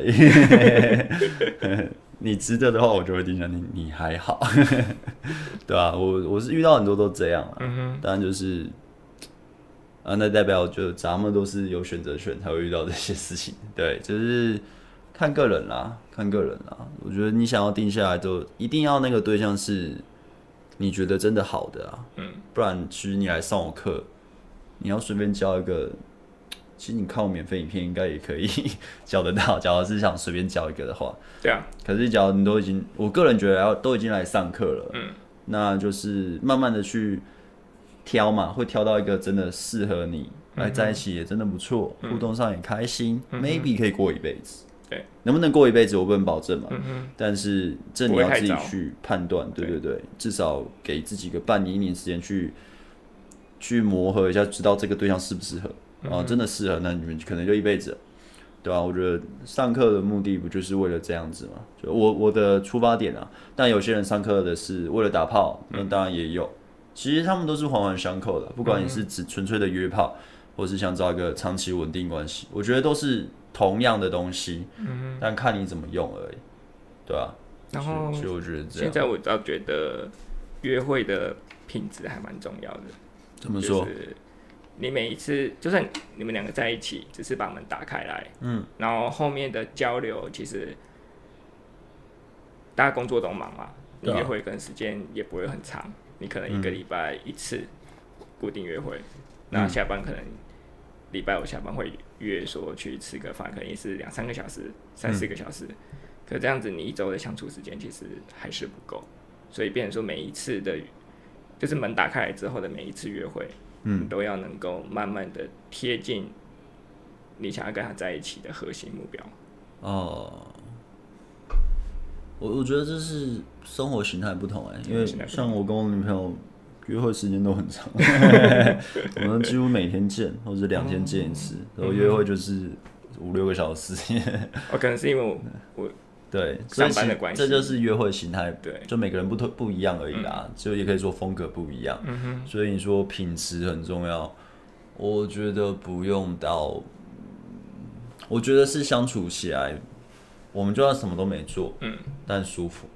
A: 你值得的话，我就会定下你，你还好， *laughs* 对吧、我我是遇到很多都这样啊，
B: 嗯哼，
A: 当然就是。啊，那代表就咱们都是有选择权才会遇到这些事情，对，就是看个人啦，看个人啦。我觉得你想要定下来，就一定要那个对象是你觉得真的好的啊，
B: 嗯，
A: 不然其实你来上我课，你要随便教一个，其实你看我免费影片应该也可以 *laughs* 教得到，假如是想随便教一个的话，
B: 对啊，
A: 可是假如你都已经，我个人觉得要都已经来上课了，
B: 嗯，
A: 那就是慢慢的去挑嘛，会挑到一个真的适合你，来在一起也真的不错，互动上也开心、m a y b e 可以过一辈子。
B: 对，
A: 能不能过一辈子我不能保证嘛，
B: 嗯哼，
A: 但是这你要自己去判断，
B: 不会
A: 对
B: 太
A: 对对，至少给自己个半年一年时间去去磨合一下，知道这个对象适不适合。
B: 嗯
A: 啊，真的适合，那你们可能就一辈子了，对吧、我觉得上课的目的不就是为了这样子吗？就我我的出发点啊，但有些人上课的是为了打炮，
B: 嗯
A: 那当然也有。其实他们都是环环相扣的，不管你
B: 嗯
A: 是只纯粹的约炮，或是想找一个长期稳定关系，我觉得都是同样的东西，
B: 嗯
A: 但看你怎么用而已，对吧、
B: 哼，然后
A: 其实我觉得这
B: 现
A: 样，
B: 在我倒觉得约会的品质还蛮重要的。
A: 怎么说
B: 就？是你每一次，就算你们两个在一起，只是把门打开来，
A: 嗯，
B: 然后后面的交流，其实大家工作都忙嘛，你
A: 对啊嗯
B: 约会跟时间也不会很长，你可能一个礼拜一次固定约会，那、下班可能礼拜五下班会约说去吃个饭，可能也是两三个小时、三四个小时，可这样子你一周的相处时间其实还是不够，所以变成说每一次的。就是门打开来之后的每一次约会，
A: 嗯
B: 你都要能够慢慢的贴近你想要跟他在一起的核心目标。
A: 哦，我我觉得这是生活形态不同哎、因为
B: 生活形态不同
A: 像我跟我女朋友约会时间都很长，
B: *laughs*
A: 我们几乎每天见，或者是两天见一次，
B: 嗯
A: 然后约会就是五六个小时。 *laughs*
B: 哦，可能是因为我我
A: 对，所以
B: 上班
A: 其
B: 的
A: 实
B: 关
A: 这
B: 系
A: 就是约会形态，
B: 对
A: 就每个人不同不一样而已啦，就也可以说风格不一样。
B: 嗯哼，
A: 所以你说品质很重要，我觉得不用到，嗯我觉得是相处起来，我们就算什么都没做，
B: 嗯，
A: 但舒服，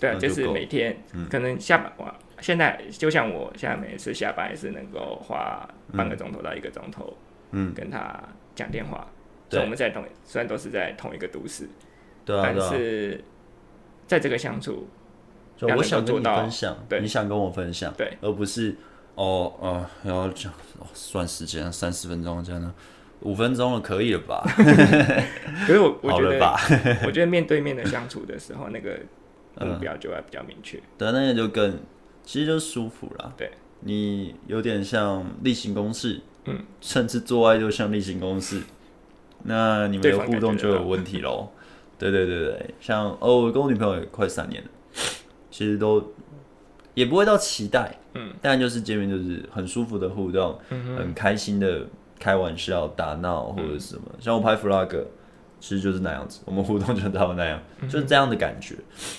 B: 对啊，
A: 那
B: 就
A: 就是够嗯
B: 每天可能下班哇，现在就像我现在每次下班也是能够花半个钟头到一个钟头，
A: 嗯，
B: 跟他讲电话。
A: 对
B: 所以我们在同虽然都是在同一个都市，
A: 对啊，
B: 但
A: 对啊，
B: 是在这个相处，
A: 就
B: 要
A: 我
B: 能
A: 想
B: 够
A: 跟
B: 做
A: 你
B: 到
A: 分享，
B: 对
A: 你想跟我分享，
B: 对，
A: 而不是哦呃，然后讲哦算时间三十分钟这样的，五分钟了可以了吧？
B: 可是
A: *laughs*
B: 我我
A: 好
B: 觉
A: 了
B: 得
A: 吧？
B: *laughs* 我觉得面对面的相处的时候，
A: *laughs*
B: 那个
A: 嗯
B: 目标就会比较明确。
A: 对，那个就更，其实就舒服啦。
B: 对，
A: 你有点像例行公事，
B: 嗯，
A: 甚至做爱就像例行公事，那你们
B: 对
A: 的
B: 方
A: 互动
B: 感觉
A: 就
B: 得
A: 有问题喽。对
B: 嗯
A: 对对对，像哦，我跟我女朋友也快三年了，其实都也不会到期待，
B: 嗯，
A: 但就是见面就是很舒服的互动，
B: 嗯嗯
A: 很开心的开玩笑、打闹或者什么。像我拍 vlog，其实就是那样子，我们互动就是到那样，
B: 嗯
A: 就是这样的感觉。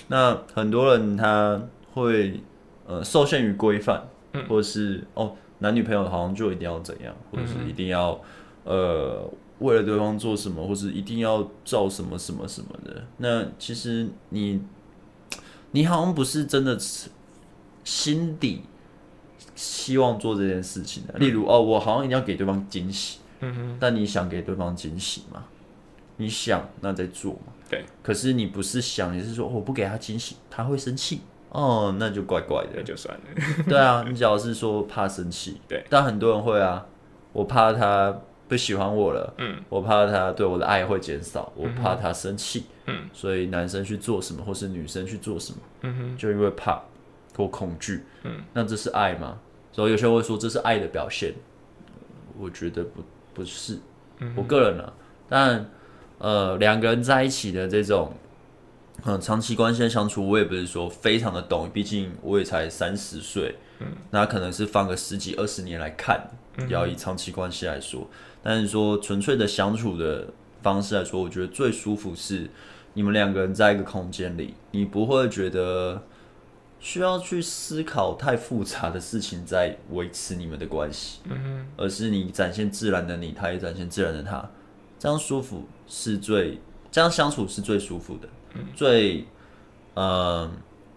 A: 那很多人他会呃受限于规范，
B: 嗯
A: 或者是哦男女朋友好像就一定要怎样，或者是
B: 嗯
A: 一定要呃为了对方做什么，或是一定要照什么什么什么的。那其实你你好像不是真的心底希望做这件事情的。例如哦，我好像一定要给对方惊喜，
B: 嗯哼，
A: 但你想给对方惊喜吗？你想，那再做嘛。
B: 对，
A: 可是你不是想，你是说、哦我不给他惊喜，他会生气。哦，那就怪怪的。
B: 那就算了。 *laughs*
A: 对啊，你只要是说怕生气，
B: 对，
A: 但很多人会啊，我怕他不喜欢我了，
B: 嗯，
A: 我怕他对我的爱会减少，我怕他生气，
B: 嗯，
A: 所以男生去做什么，或是女生去做什么，
B: 嗯哼，
A: 就因为怕或恐惧，
B: 嗯，
A: 那这是爱吗？所以有些人会说这是爱的表现，我觉得不不是，
B: 嗯
A: 我个人啊，但呃，两个人在一起的这种。嗯，长期关系的相处，我也不是说非常的懂，毕竟我也才三十岁，
B: 嗯
A: 那可能是放个十几二十年来看，要以长期关系来说。但是说纯粹的相处的方式来说，我觉得最舒服是你们两个人在一个空间里，你不会觉得需要去思考太复杂的事情在维持你们的关系，
B: 嗯哼，
A: 而是你展现自然的你，他也展现自然的他，这样舒服是最这样相处是最舒服的，
B: 嗯
A: 最呃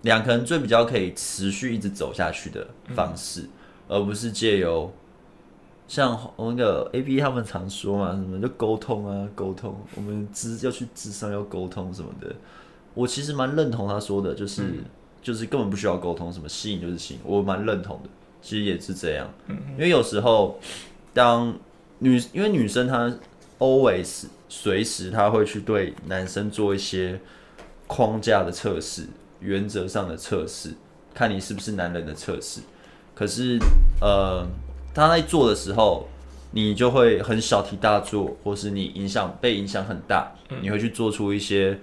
A: 两个人最比较可以持续一直走下去的方式，
B: 嗯
A: 而不是借由像那个 A B 他们常说嘛，什么就沟通啊，沟通，我们智要去智商要沟通什么的。我其实蛮认同他说的，就是、
B: 嗯
A: 就是根本不需要沟通，什么吸引就是吸引，我蛮认同的。其实也是这样，因为有时候当女，因为女生她 always 随时她会去对男生做一些框架的测试、原则上的测试，看你是不是男人的测试。可是呃，他在做的时候，你就会很小题大做，或是你影响被影响很大，你会去做出一些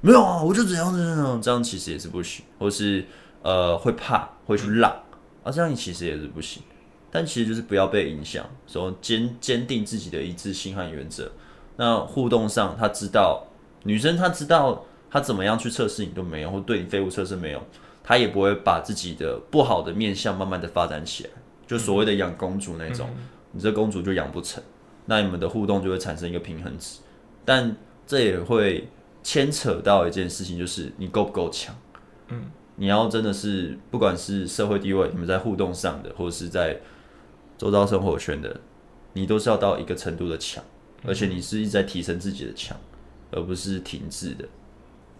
A: 没有啊，我就怎样怎样怎样，这样其实也是不行，或是呃会怕会去让啊，这样其实也是不行。但其实就是不要被影响，然后坚坚定自己的一致性和原则。那互动上，他知道女生她知道她怎么样去测试你都没有，或对你废物测试没有，她也不会把自己的不好的面相慢慢的发展起来，就所谓的养公主那种，你这公主就养不成，那你们的互动就会产生一个平衡值，但这也会牵扯到一件事情，就是你够不够强，嗯，你要真的是不管是社会地位，你们在互动上的，或者是在周遭生活圈的，你都是要到一个程度的强，而且你是一直在提升自己的强。而不是停滞的，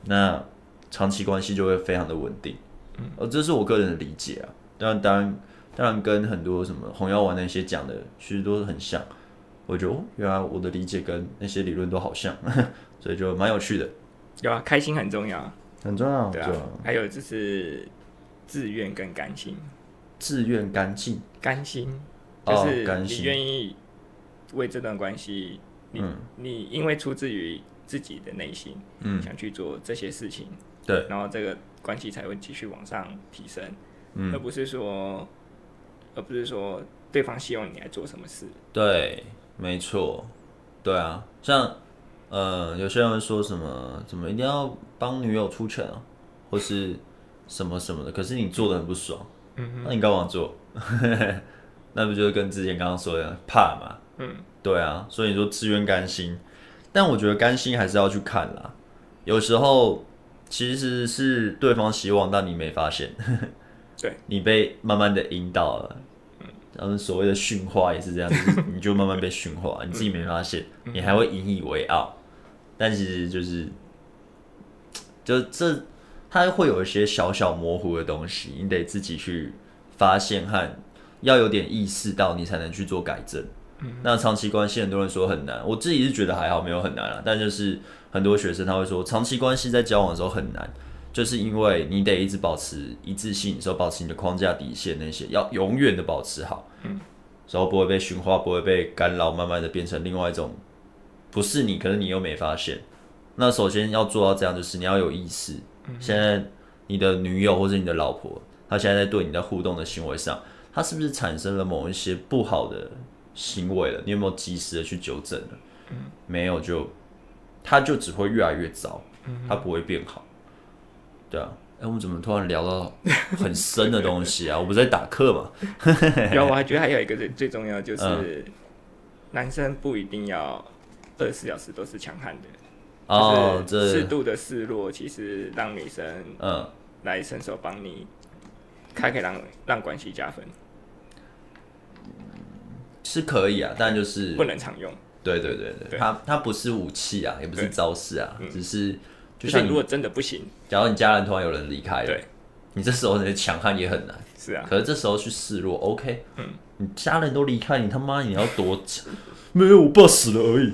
A: 那长期关系就会非常的稳定。嗯，呃，这是我个人的理解啊。当然，当然，当然跟很多什么红药丸那些讲的，其实都是很像。我觉得、哦、原来我的理解跟那些理论都好像， *laughs* 所以就蛮有趣的，
B: 有啊，开心很重要啊，
A: 很重要。
B: 对
A: 就
B: 啊，还有就是自愿跟甘心，
A: 自愿干净，
B: 甘心就
A: 哦
B: 是
A: 甘
B: 你
A: 心
B: 愿意为这段关系，你、你因为出自于自己的内心，
A: 嗯，
B: 想去做这些事情，
A: 对，
B: 然后这个关系才会继续往上提升，
A: 嗯
B: 而不是说，而不是说对方希望你来做什么事，
A: *laughs* 对，没错，对啊，像呃，有些人会说什么怎么一定要帮女友出钱啊，或是什么什么的，可是你做的很不爽，嗯，那你干嘛做？ *laughs* 那不就是跟之前刚刚说的一样怕嘛？
B: 嗯，
A: 对啊，所以你说自愿甘心，但我觉得甘心还是要去看啦。有时候其实是对方希望，但你没发现，
B: 对
A: *laughs* 你被慢慢的引导了。他们所谓的驯化也是这样，就是你就慢慢被驯化，你自己没发现，你还会引以为傲。但其实就是，就这它会有一些小小模糊的东西，你得自己去发现和要有点意识到，你才能去做改正。那长期关系很多人说很难，我自己是觉得还好，没有很难啊。但就是很多学生他会说，长期关系在交往的时候很难，就是因为你得一直保持一致性，然后保持你的框架底线那些，要永远的保持好，然后不会被驯化，不会被干扰，慢慢的变成另外一种不是你，可是你又没发现。那首先要做到这样，就是你要有意识。现在你的女友或者你的老婆，她现在在对你在互动的行为上，她是不是产生了某一些不好的行为了？你有没有及时的去纠正了？没有就它就只会越来越糟，它不会变好。对啊，哎、我们怎么突然聊到很深的东西啊？我不是在打课嘛？
B: 然后我还觉得还有一个最最重要的就是，
A: 嗯
B: 男生不一定要二十四小时都是强悍的，
A: 哦，
B: 就
A: 这
B: 是适度的示弱，其实让女生
A: 嗯，
B: 来伸手帮你，它可以让让关系加分，
A: 是可以啊，但就是
B: 不能常用。
A: 对对对对，
B: 对
A: 它它不是武器啊，也不是
B: 对
A: 招式啊，只是就
B: 就是
A: 像
B: 如
A: 你，
B: 果真的不行，
A: 假如你家人突然有人离开了
B: 对，
A: 你这时候你强悍也很难。
B: 是啊，
A: 可是这时候去示弱，OK，
B: 嗯
A: 你家人都离开你，他妈你要多 *laughs* 没有，我爸死了而已，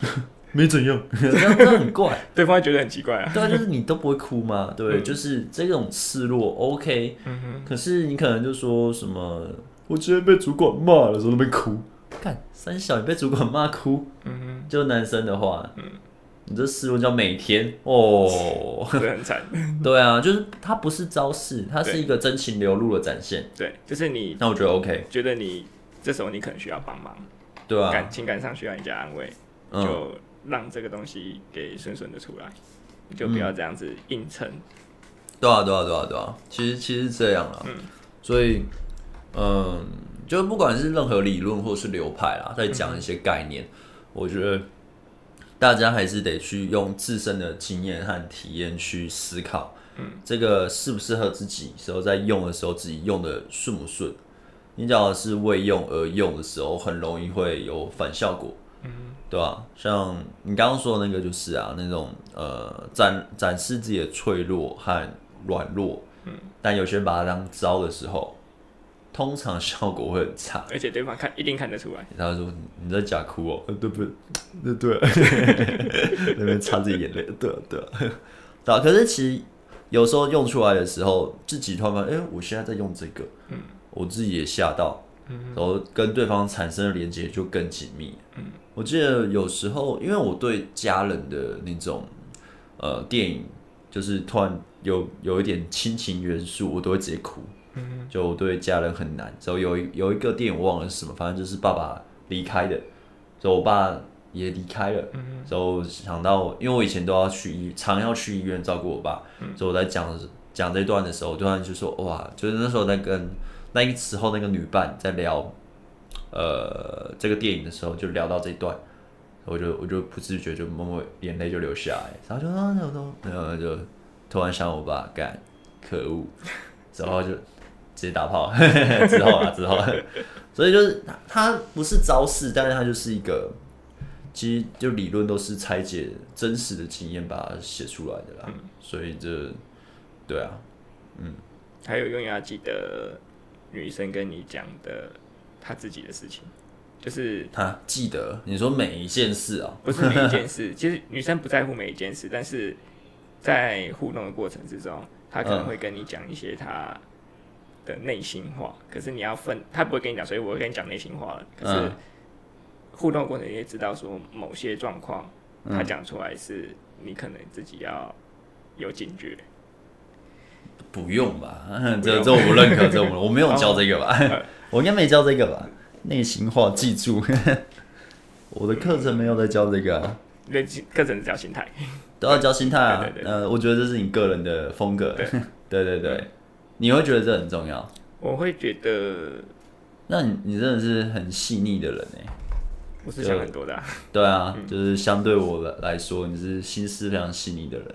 A: *laughs* 没怎样， *laughs* 这这很怪。
B: 对方会觉得很奇怪啊。
A: 对啊，就是你都不会哭吗？对，就是这种示弱 OK，、
B: 嗯
A: 可是你可能就说什么，我今天被主管骂了，在那边哭，干三小你被主管骂哭，
B: 嗯
A: 就男生的话，你这示弱叫每天
B: *laughs*
A: 哦，
B: 哼，这很惨。
A: 对啊，就是它不是招式，它是
B: 对
A: 一个真情流露的展现，
B: 对，就是你
A: 那我觉得 OK，
B: 觉得你这时候你可能需要帮忙，
A: 对啊，
B: 感情感上需要人家安慰，
A: 嗯
B: 就让这个东西给顺顺的出来，你就不要这样子硬撑。
A: 对啊，对啊，对啊，对啊，其实其实是这样啦。
B: 嗯
A: 所以，嗯，就是不管是任何理论或是流派啦，在
B: 嗯
A: 讲一些概念，我觉得大家还是得去用自身的经验和体验去思考，
B: 嗯，
A: 这个适不适合自己，时候在用的时候自己用的顺不顺。你讲的是为用而用的时候，很容易会有反效果。对吧、像你刚刚说的那个就是啊，那种呃展展示自己的脆弱和软弱，嗯，但有些人把它当招的时候，通常效果会很差。
B: 而且对方看一定看得出来，
A: 然后说你在假哭哦，呃对不对？对对， *laughs* 那边擦自己眼泪，对啊对啊，对啊。可是其实有时候用出来的时候，自己突然发现，哎、我现在在用这个，
B: 嗯，
A: 我自己也吓到，然后跟对方产生的连接就更紧密。
B: 嗯，
A: 我记得有时候，因为我对家人的那种呃电影，就是突然有有一点亲情元素，我都会直接哭。就我对家人很难。然后有一有一个电影我忘了是什么，反正就是爸爸离开的，所以我爸也离开了。然后想到，因为我以前都要去医，常要去医院照顾我爸，所以我在讲讲这段的时候，我突然就说哇，就是那时候在跟那个时候那个女伴在聊，呃，这个电影的时候就聊到这一段。我就我就不自觉就默默眼泪就流下来，然后就 *laughs* 啊，那都然后就突然想我爸干，可恶， *laughs* 然后就直接打炮， *laughs* 之后啊之后，所以就是它它不是招式，但是它就是一个，其实就理论都是拆解真实的经验把它写出来的啦，
B: 嗯
A: 所以这对啊，
B: 还有永远要记得女生跟你讲的她自己的事情，就是
A: 他记得你说每一件事啊，
B: 不是每一件事， *laughs* 其实女生不在乎每一件事，但是在互动的过程之中，她可能会跟你讲一些她的内心话，可是你要分，她不会跟你讲，所以我会跟你讲内心话了。可是
A: 嗯
B: 互动的过程你也知道说某些状况，她讲出来是你可能自己要有警觉，
A: 不用吧， *laughs*
B: 不
A: 这
B: 用哦
A: 这我不认可，这
B: *laughs*
A: 我不我没有教这个吧， *laughs* 我应该没教这个吧，内心话记住， *laughs* 我的课程没有在教这个、啊。
B: 那课程只要心态。
A: 都要教心态啊
B: 对对。对
A: 呃，我觉得这是你个人的风格。
B: 对
A: *laughs*
B: 嗯
A: 对对对，你会觉得这很重要。
B: 我会觉得
A: 那你你真的是很细腻的人哎。
B: 我是想很多的啊、
A: 对啊，就是相对我来来说，你是心思非常细腻的人，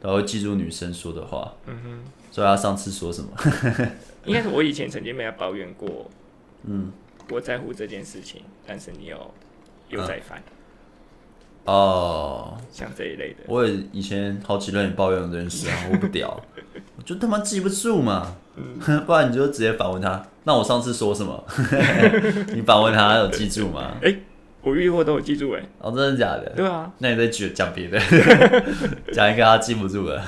A: 然后会记住女生说的话。嗯哼。所以他上次说什么？ *laughs*
B: 应该是我以前曾经被他抱怨过，嗯，我在乎这件事情，但是你有又再犯，
A: 哦，
B: 像这一类的，
A: 我也以前好几任也抱怨这件事啊，我不屌，
B: *laughs*
A: 我就他妈记不住嘛，
B: 嗯
A: *laughs* 不然你就直接反问他。那我上次说什么？ *laughs* 你反问他，他有记住吗？
B: 我遇过都有记住哎，
A: 哦，真的假的？
B: 对啊，
A: 那你再举讲别的， *laughs* 讲一个他记不住的，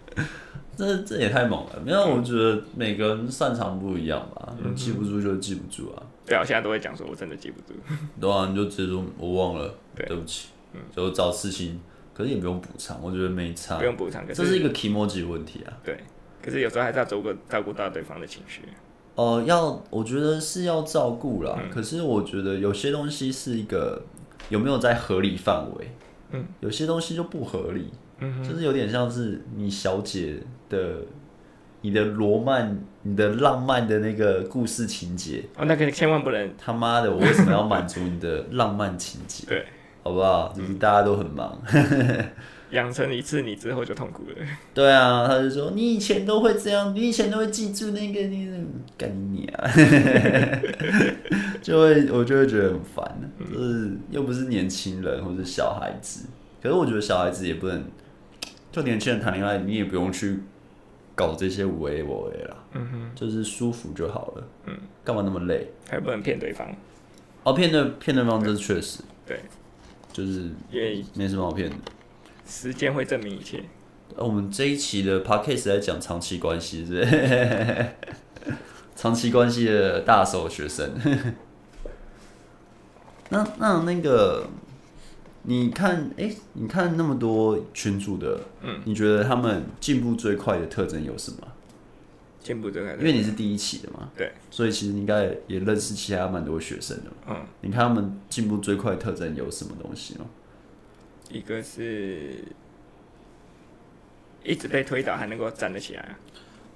A: *laughs* 这这也太猛了。没有，我觉得每个人擅长不一样吧，
B: 嗯
A: 你记不住就记不住啊。
B: 对啊，我现在都会讲说我真的记不住，
A: 对啊，你就直接说我忘了，
B: 对嗯
A: 对不起，就找事情，可是也不用补偿，我觉得没差
B: 不。用补偿，可
A: 这是一
B: 是
A: 个 emoji 问题啊。
B: 对，可是有时候还是要照顾照顾到对方的情绪，
A: 哦、要我觉得是要照
B: 嗯
A: 顾啦，可是我觉得有些东西是一个有没有在合理范围，嗯，有些东西就不合理，
B: 嗯
A: 就是有点像是你小姐的，你的罗曼，你的浪漫的那个故事情节，
B: 哦，那个千万不能，
A: 他妈的，我为什么要满足你的浪漫情节？
B: *laughs* 对，
A: 好不好？就是大家都很忙。
B: 养成一次你之后就痛苦了。 *laughs*
A: 对啊，他就说你以前都会这样，你以前都会记住那个那个干你啊， *laughs* 就会我就会觉得很烦，就是又不是年轻人或者小孩子，可是我觉得小孩子也不能，就年轻人谈恋爱，你也不用去搞这些无为我为啦，
B: 嗯哼，
A: 就是舒服就好了，
B: 嗯，
A: 干嘛那么累？
B: 还不能骗对方，
A: 哦，骗对骗对方这是确实，
B: 对，
A: 就是
B: 因为
A: 没什么好骗的。
B: 时间会证明一切。
A: 呃，我们这一期的 podcast 在讲长期关系，是不是 *laughs* 长期关系的大手学生。那那那个，你看，哎、你看那么多群主的，嗯，你觉得他们进步最快的特征有什么？
B: 进步这个
A: 因为你是第一期的嘛，
B: 对，
A: 所以其实你应该也认识其他蛮多学生的嘛。
B: 嗯，
A: 你看他们进步最快的特征有什么东西吗？
B: 一个是一直被推倒还能够站得起来啊，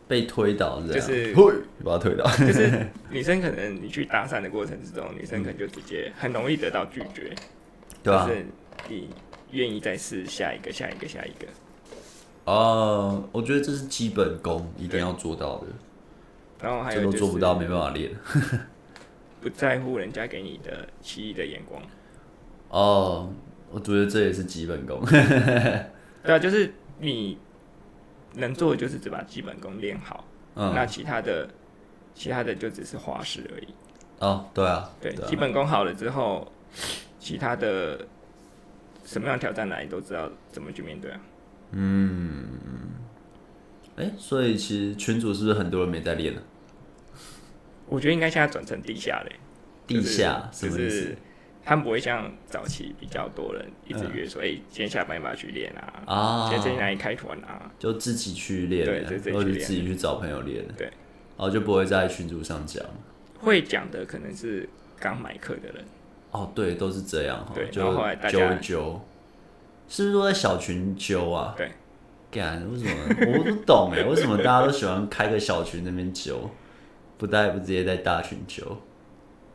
A: 被推倒是这样，
B: 就是
A: 嘿把他推倒， *laughs*
B: 就是女生可能你去搭讪的过程之中，女生可能就直接很容易得到拒绝，
A: 对啊吧、
B: 就是你愿意再试下一个、下一个、下一个，
A: 哦，我觉得这是基本功，一定要做到的。
B: 然后还
A: 这
B: 有
A: 都
B: 就是
A: 做不到，没办法练。
B: 不在乎人家给你的奇异的眼光。
A: 哦，我觉得这也是基本功。 *laughs*
B: 对啊，就是你能做的就是只把基本功练好，
A: 嗯，
B: 那其他的其他的就只是花式而已。
A: 哦，对啊，
B: 对，
A: 啊
B: 基本功好了之后，其他的什么样的挑战来，你都知道怎么去面对啊。
A: 哎，所以其实群主是不是很多人没在练呢？啊
B: 我觉得应该现在转成地下嘞，
A: 地下什
B: 就
A: 么意
B: 是就
A: 思
B: 是他们不会像早期比较多人一直
A: 嗯
B: 约说，哎、今天下班要不要去练啊？
A: 啊
B: 今？天在哪里开团啊？
A: 就自己去练
B: 对
A: 了，
B: 就自己
A: 或者
B: 去练
A: 自己去找朋友练了。
B: 对，
A: 然后就不会在群主上讲。
B: 会讲的可能是刚买课的人，
A: 哦，对，都是这样哈
B: 对，
A: 就
B: 然后后来大
A: 揪
B: 家
A: 一揪，是不是都在小群揪啊？
B: 对，
A: 干为什么我不懂哎？为什么大家都喜欢开个小群那边揪，不带不直接在大群揪？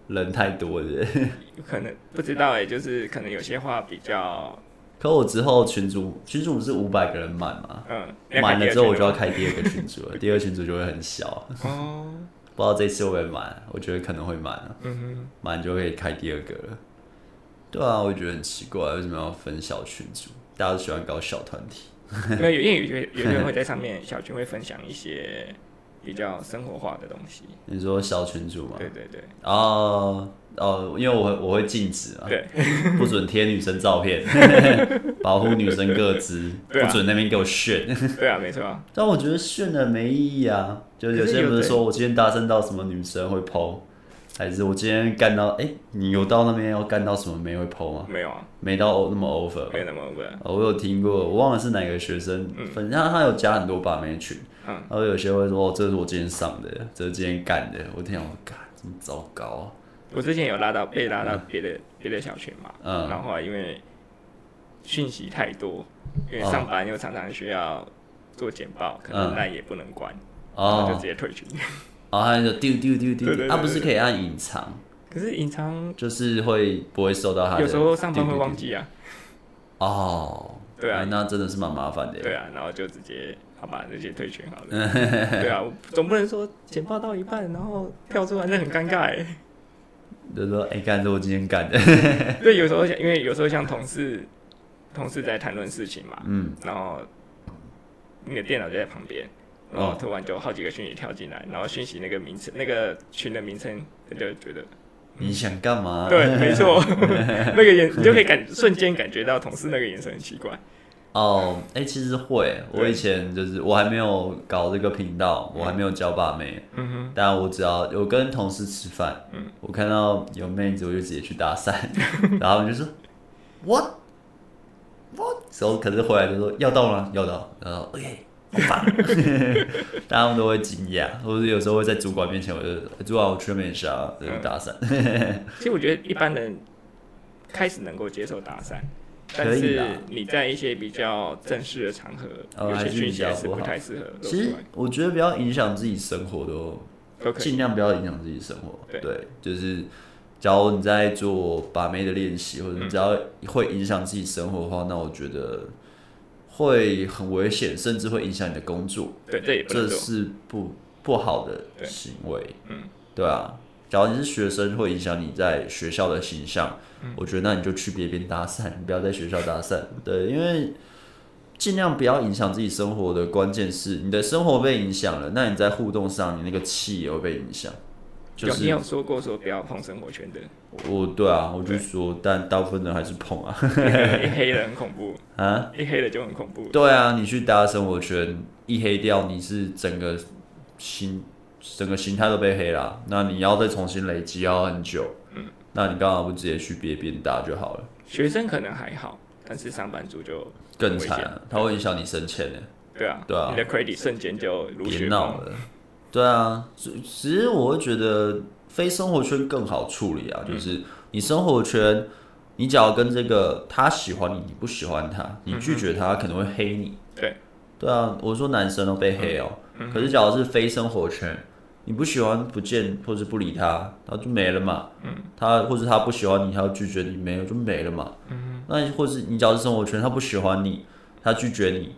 A: 人太多了是不 *laughs* 是。
B: 可能不知道哎、就是可能有些话比较，
A: 可我之后群主群主是五百个人满嘛，
B: 嗯，
A: 满了之后我就要
B: 要
A: 开第二个群主了，第二群主就会很小， *laughs*
B: 哦，
A: 不知道这次会不会满，我觉得可能会满啊，
B: 嗯
A: 满就可以开第二个了。对啊，我觉得很奇怪，为什么要分小群组？大家都喜欢搞小团体。
B: 哼，没有，因为有些有些人会在上面小群会分享一些比较生活化的东西，
A: 你说小群主吗？
B: 对对
A: *laughs*
B: 对，
A: 哦哦，因为我会我会禁止啊，
B: 对，
A: 不准贴女生照
B: *laughs*
A: 片，保护女生个资，
B: 对啊
A: 不准那边给我炫。 *laughs*
B: 对啊，没错啊，
A: 但我觉得炫的没意义啊，就是有
B: 可是
A: 些人不
B: 有
A: 是
B: 的
A: 说我今天搭讪到什么女生会剖，还是我今天干到哎、你有到那边要干到什么妹会剖吗？
B: 没有啊，
A: 没到那么 over 吧
B: 没有那么 over，
A: 哦，我有听过，我忘了是哪个学生，反正他他有加很多把妹群，
B: 嗯
A: 然后有些会说哦，这是我今天上的，这是今天干的，我天啊，我干这么糟糕啊、
B: 我之前有拉到被拉到别的别的小群嘛，
A: 嗯
B: 然后后来因为讯息太多，因为上班又常常需要做简报，可能
A: 嗯
B: 那也不能关，然后就
A: 哦
B: 直，接退群。 *laughs*
A: 然后他就丢丢丢丢
B: 对对
A: 丢，
B: 对
A: 他不是可以按隐藏，
B: 可是隐藏
A: 就是会不会收到他的？
B: 有时候上
A: 丢
B: 班会
A: 丢丢
B: 忘记啊，
A: 哦，
B: 对啊
A: 那真的是蛮麻烦的。
B: 对啊，然后就直接好吧，直接退群好了。
A: *laughs*
B: 对啊，我总不能说简报到一半然后跳出来，那很尴尬哎。
A: 就说哎，干、这我今天干
B: 嗯
A: 的，
B: *laughs* 对，有时候像因为有时候像同事同事在谈论事情嘛，
A: *laughs* 嗯，
B: 然后你的电脑就在旁边，
A: 哦
B: 然后突然就好几个讯息跳进来，然后讯息那个名称、那个群的名称，他就觉得
A: 你想干嘛？
B: 对，
A: *laughs*
B: 没错，那个眼你就可以感瞬间感觉到同事那个眼神很奇怪。
A: 哦，哎、其实会，
B: 对
A: 我以前就是我还没有搞这个频道，我还没有教把妹，
B: 嗯哼，
A: 但我只要有跟同事吃饭，
B: 嗯
A: 我看到有妹子我就直接去搭讪， *laughs* 然后我就说 what what，然后可是回来就说要到了吗，要到，然后 OK。好棒， *laughs* 大家都会惊讶，或者有时候会在主管面前，我就哎主管我去那边一下，就搭讪。
B: 其实我觉得一般人开始能够接受搭讪，但
A: 可以
B: 是
A: 啦
B: 你在一些比较正式的场合，
A: 呃
B: 有
A: 还
B: 些
A: 是
B: 讯
A: 比
B: 息
A: 较
B: 是
A: 不
B: 不
A: 好
B: 太适合露
A: 其实
B: 出来，
A: 我觉得不要影响自己生活都
B: 都可以。
A: 尽量不要影响自己生活。
B: 对
A: 就是假如你在做把妹的练习，或者你只要会影响自己生活的话，那我觉得会很危险，甚至会影响你的工作，
B: 对，这也不能
A: 这
B: 做。
A: 是不不好的
B: 对
A: 行为。
B: 嗯，
A: 对啊。假如你是学生，会影响你在学校的形象。
B: 嗯
A: 我觉得那你就去别边搭讪，你不要在学校搭讪。对，因为尽量不要影响自己生活的关键是，你的生活被影响了，那你在互动上，你那个气也会被影响。就
B: 有你
A: 是
B: 有说过说不要碰生活圈
A: *laughs*
B: 的，
A: 我，对啊，我就说，但大部分人还是碰啊
B: 一黑的很恐怖，
A: 啊，
B: 一黑的就很恐怖。
A: 对啊，你去搭生活圈一黑掉，你是整个心整个心态都被黑啦。那你要再重新累积要很久，嗯，那你干嘛不直接去别边搭就好了？
B: 学生可能还好，但是上班族就
A: 更
B: 危
A: 惨
B: 险
A: 啊，它会影响你升迁呢、
B: 对啊，
A: 对啊
B: 你的 credit 瞬间就如
A: 别
B: 雪
A: 闹
B: 崩。
A: 了。对啊，只其实我会觉得非生活圈更好处理啊，
B: 嗯
A: 就是你生活圈，你只要跟这个他喜欢你，你不喜欢他，你拒绝他，他可能会黑你。
B: 嗯对，嗯
A: 对啊，我说男生都被黑哦、可是假如是非生活圈，你不喜欢不见或是不理他，然后就没了嘛。嗯，他或是他不喜欢你，他要拒绝你，没有就没了嘛。嗯，那或是你假如是生活圈，他不喜欢你，他拒绝你，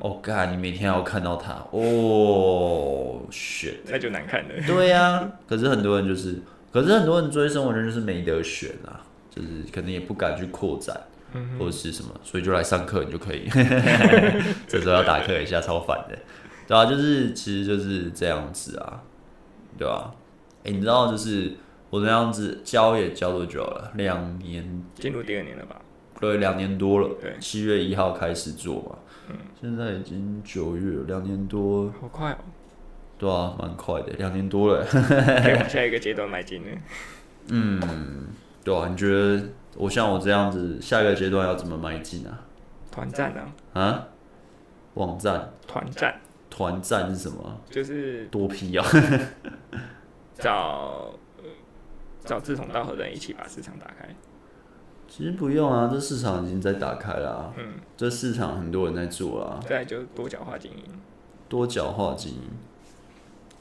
A: 哦，干，你每天还要看到他，哦，shit，
B: 那就难看了。
A: 对呀、 *laughs* 可是很多人就是，可是很多人追生活圈就是没得选啊，就是可能也不敢去扩展。或者是什么，所以就来上课，你就可以。这时候要打课一下，超烦的。对啊，就是其实就是这样子啊，对吧、哎、你知道就是我那样子教也教多久了？两年，
B: 进入第二年了吧？
A: 对，两年多了。
B: 对
A: 七月一号开始做嘛，现在已经九月了，两年多，
B: 好快哦， *laughs*
A: 对啊，蛮快的，两年多了。
B: 可以往哎下一个阶段迈进了。
A: 对啊，你觉得我像我这样子，下一个阶段要怎么迈进啊？
B: 团战啊，
A: 啊？网站
B: 团战
A: 团战是什么？
B: 就是
A: 多批啊！
B: 找呃找志同道合的人一起把市场打开。
A: 其实不用啊，这市场已经在打开了、啊，
B: 嗯，
A: 这市场很多人在做啊啦、
B: 再来就是多角化经营。
A: 多角化经营。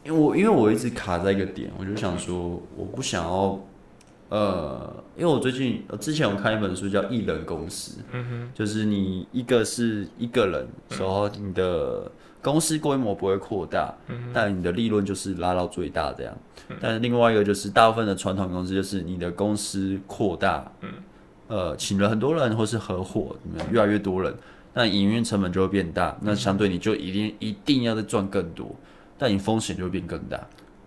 A: 因为我因为我一直卡在一个点，我就想说，我不想要，呃，因为我最近呃之前我看一本书叫《艺人公司》，
B: 嗯哼，
A: 就是你一个是一个人，然后你的公司规模不会扩大，
B: 嗯
A: 但你的利润就是拉到最大这样。但是另外一个就是大部分的传统公司就是你的公司扩大，
B: 嗯
A: 呃，请了很多人或是合伙，你们越来越多人，那营运成本就会变大，那相对你就一定一定要再赚更多，但你风险就会变更大，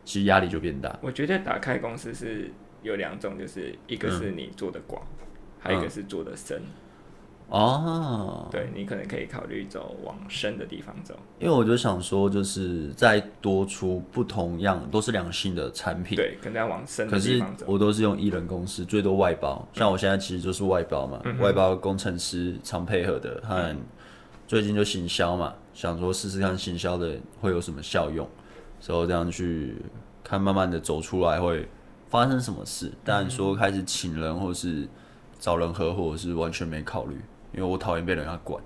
A: 其实压力就变大。
B: 我觉得打开公司是有两种，就是一个
A: 嗯
B: 是你做的广，还有一个是做的深。
A: 哦，
B: 对你可能可以考虑走往深的地方走。
A: 因为我就想说，就是再多出不同样都是良性的产品。
B: 对，可能要往深的
A: 可
B: 地
A: 是
B: 方走。
A: 我都是用艺人公司，最多外包。像我现在其实就是外包嘛，
B: 嗯
A: 外包工程师常配合的，和最近就行销嘛，想说试试看行销的会有什么效用，所以我这样去看，慢慢的走出来会发生什么事。但
B: 嗯
A: 说开始请人或是找人合伙是完全没考虑，因为我讨厌被人家管，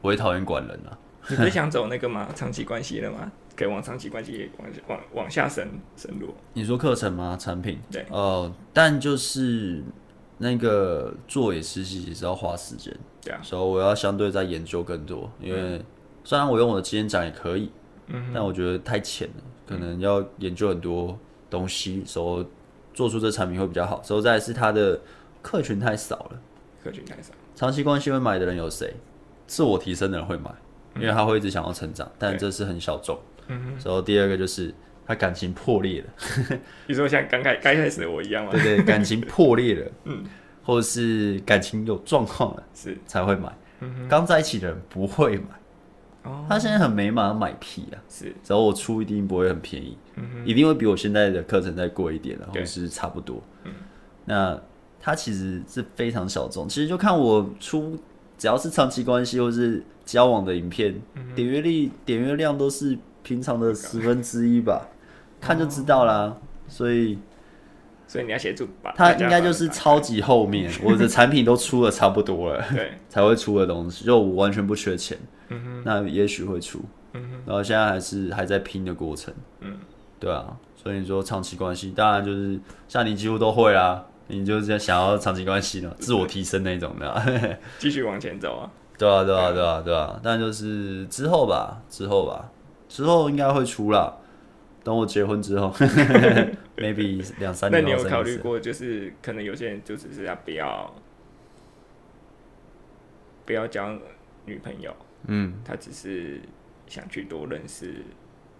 A: 我也讨厌管人啊。
B: 你不是想走那个吗？长期关系了吗？可以往长期关系往往往下深深入。
A: 你说课程吗？产品？
B: 对。
A: 哦，但就是那个做也实习也是要花时间，
B: 对啊，
A: 所以我要相对再研究更多，因为虽然我用我的经验讲也可以，
B: 嗯
A: 但我觉得太浅了，可能要研究很多东西，所以做出这产品会比较好。所以再来是它的客群太少了，
B: 客群太少。
A: 长期关系会买的人有谁？自我提升的人会买，因为他会一直想要成长，但这是很小众。
B: 嗯
A: 然后第二个就是他感情破裂了。
B: 你说像刚开刚开始的我一样吗？
A: 对
B: *laughs*
A: 对，感情破裂了，
B: 嗯，
A: 或者是感情有状况了
B: 是
A: 才会买
B: 嗯。
A: 刚在一起的人不会买，
B: 哦，
A: 他现在很美满，买屁啊！
B: 是
A: 然后我出一定不会很便宜，一定会比我现在的课程再贵一点，然后
B: 嗯对嗯
A: 是差不多。那它其实是非常小众，其实就看我出，只要是长期关系或是交往的影片，
B: 嗯
A: 点阅率、点阅量都
B: 哦
A: 是平常的十分之一吧，看就知道啦。所以
B: 所以你要协助把
A: 它
B: 大家
A: 应该
B: 把
A: 就是
B: 打开
A: 超级后
B: *laughs*
A: 面，我的产品都出的差不多 *laughs* 了
B: 对，
A: 才会出的东西，就我完全不缺钱，
B: 嗯哼，
A: 那也许会出，然后现在还是还在拼的过程，
B: 嗯，
A: 对啊，所以你说长期关系，当然就是像你几乎都会啊，你就是想要长期关系呢，自我提升那种的 *laughs* 啊、
B: 继续往前走啊。
A: 对啊，对啊，对啊，对啊，但就是之后吧，之后吧，之后应该会出啦。等我结婚之后 *laughs* ，maybe 两三
B: 那
A: 年
B: 你
A: 后
B: 有
A: 生
B: 考虑
A: 一次
B: 过，就是可能有些人就只是要不要不要交女朋友，
A: 嗯，
B: 他只是想去多认识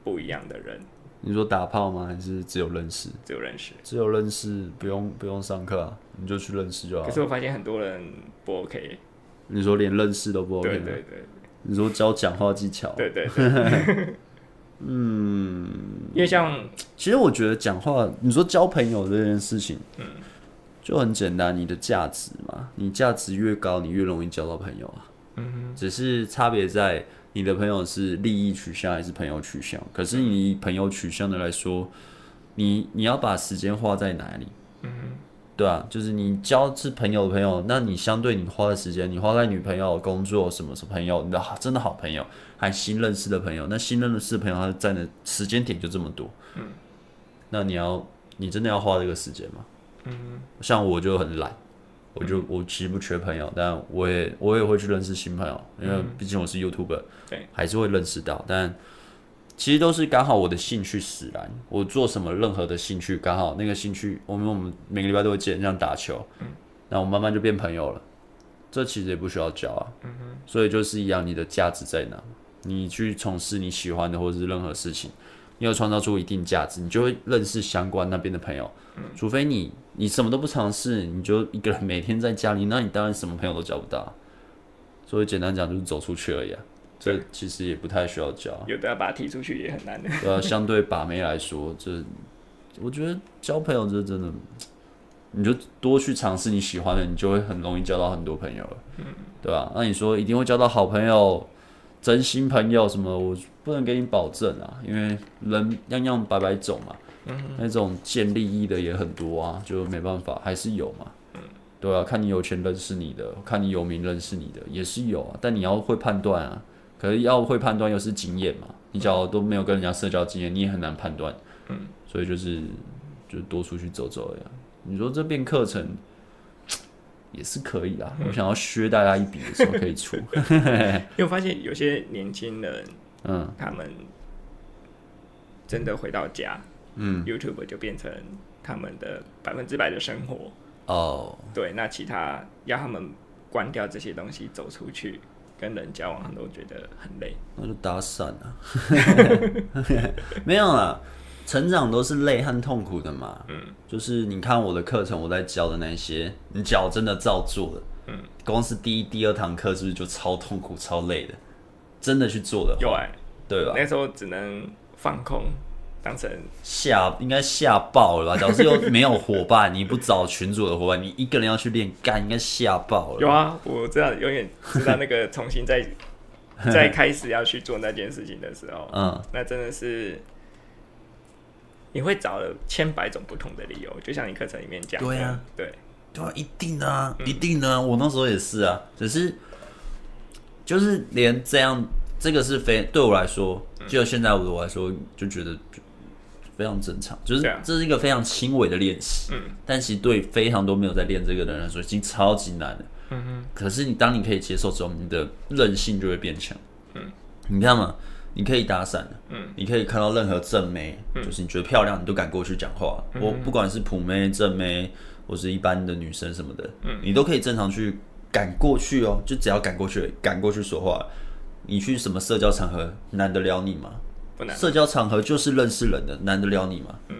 B: 不一样的人，
A: 你说打炮吗？还是只有认识？
B: 只有认识。
A: 只有认识，不用不用上课啊，你就去认识就好
B: 可
A: 了。
B: 是我发现很多人不 OK，
A: 你说连认识都不 OK，
B: 对
A: 吗
B: 对对
A: 你说教讲话技巧，
B: 对对对， *laughs* 嗯，因为像
A: 其实我觉得讲话，你说交朋友这件事情，嗯，就很简单，你的价值嘛，你价值越高，你越容易交到朋友啊。嗯，只是差别在你的朋友是利益取向还是朋友取向。可是你以朋友取向的来说，你你要把时间花在哪里？
B: 嗯
A: 对啊，就是你交是朋友的朋友，那你相对你花的时间，你花在女朋友、工作什么什么朋友，你的好真的好朋友，还新认识的朋友，那新认识的朋友，他占的时间点就这么多。嗯，那你要你真的要花这个时间吗？
B: 嗯
A: 像我就很懒，我就我其实不缺朋友，但我也我也会去认识新朋友，因为毕竟我是 YouTuber，、
B: 嗯对，
A: 还是会认识到，但其实都是刚好我的兴趣使然，我做什么任何的兴趣刚好那个兴趣，我们我们每个礼拜都会见，像打球，那我慢慢就变朋友了，这其实也不需要教啊，所以就是一样，你的价值在哪？你去从事你喜欢的或者是任何事情，你有创造出一定价值，你就会认识相关那边的朋友。除非你你什么都不尝试，你就一个人每天在家里，那你当然什么朋友都交不到。啊所以简单讲就是走出去而已啊，这其实也不太需要交。
B: 有的要把他踢出去也很难的。 *laughs*
A: 对啊，相对把妹来说，这我觉得交朋友这真的，你就多去尝试你喜欢的，你就会很容易交到很多朋友了，对吧、那你说一定会交到好朋友、真心朋友什么？我不能给你保证啊，因为人样样百百种嘛，那种见利益的也很多啊，就没办法，还是有嘛。对啊，看你有钱认识你的，看你有名认识你的也是有啊，但你要会判断啊。可是要会判断又是经验嘛，你假如都没有跟人家社交经验，你也很难判断。嗯，所以就是就多出去走走呀、你说这变课程也是可以 *laughs* 啦，我想要削大家一笔的时候可以出。
B: 因为我发现有些年轻人，
A: 嗯，
B: 他们真的回到家，嗯，YouTube 就变成他们的百分之百的生活。
A: 哦，
B: 对，那其他要他们关掉这些东西，走出去跟人交往，他们都觉得很累。
A: 那就打散了。 *laughs* 没有啦，成长都是累和痛苦的嘛。嗯，就是你看我的课程，我在教的那些，你脚真的照做了。嗯，光是第一、第二堂课是不是就超痛苦、超累的？真的去做的话，
B: 有哎、
A: 对吧？
B: 那时候只能放空，当成
A: 吓应该吓爆了吧？假如是又没有伙伴，你不找群主的伙伴，你一个人要去练干，应该吓爆了。
B: 有啊，我知道，永远知道那个重新
A: *laughs*
B: 再再开始要去做那件事情的时候，
A: 嗯，
B: 那真的是你会找了千百种不同的理由，就像你课程里面讲的，
A: 对啊
B: 对，
A: 对啊，一定的啊，
B: 嗯
A: 一定的啊。我那时候也是啊，只是就是连这样，这个是非对我来说，
B: 嗯
A: 就现在我来说就觉得就非常正常，就是
B: 对啊
A: 这是一个非常轻微的练习。
B: 嗯
A: 但其实对非常多没有在练这个的人来说，已经超级难了。
B: 嗯哼，
A: 可是你当你可以接受之后，你的韧性就会变强。
B: 嗯，
A: 你看嘛，你可以打伞，
B: 嗯，
A: 你可以看到任何正妹，就是你觉得漂亮，你都敢过去讲话。
B: 嗯
A: 我不管是普妹、正妹，或是一般的女生什么的，嗯，你都可以正常去赶过去哦，就只要赶过去而已，赶过去说话。你去什么社交场合，难得了你吗？
B: 不难，啊
A: 社交场合就是认识人的，难得了你吗？
B: 嗯，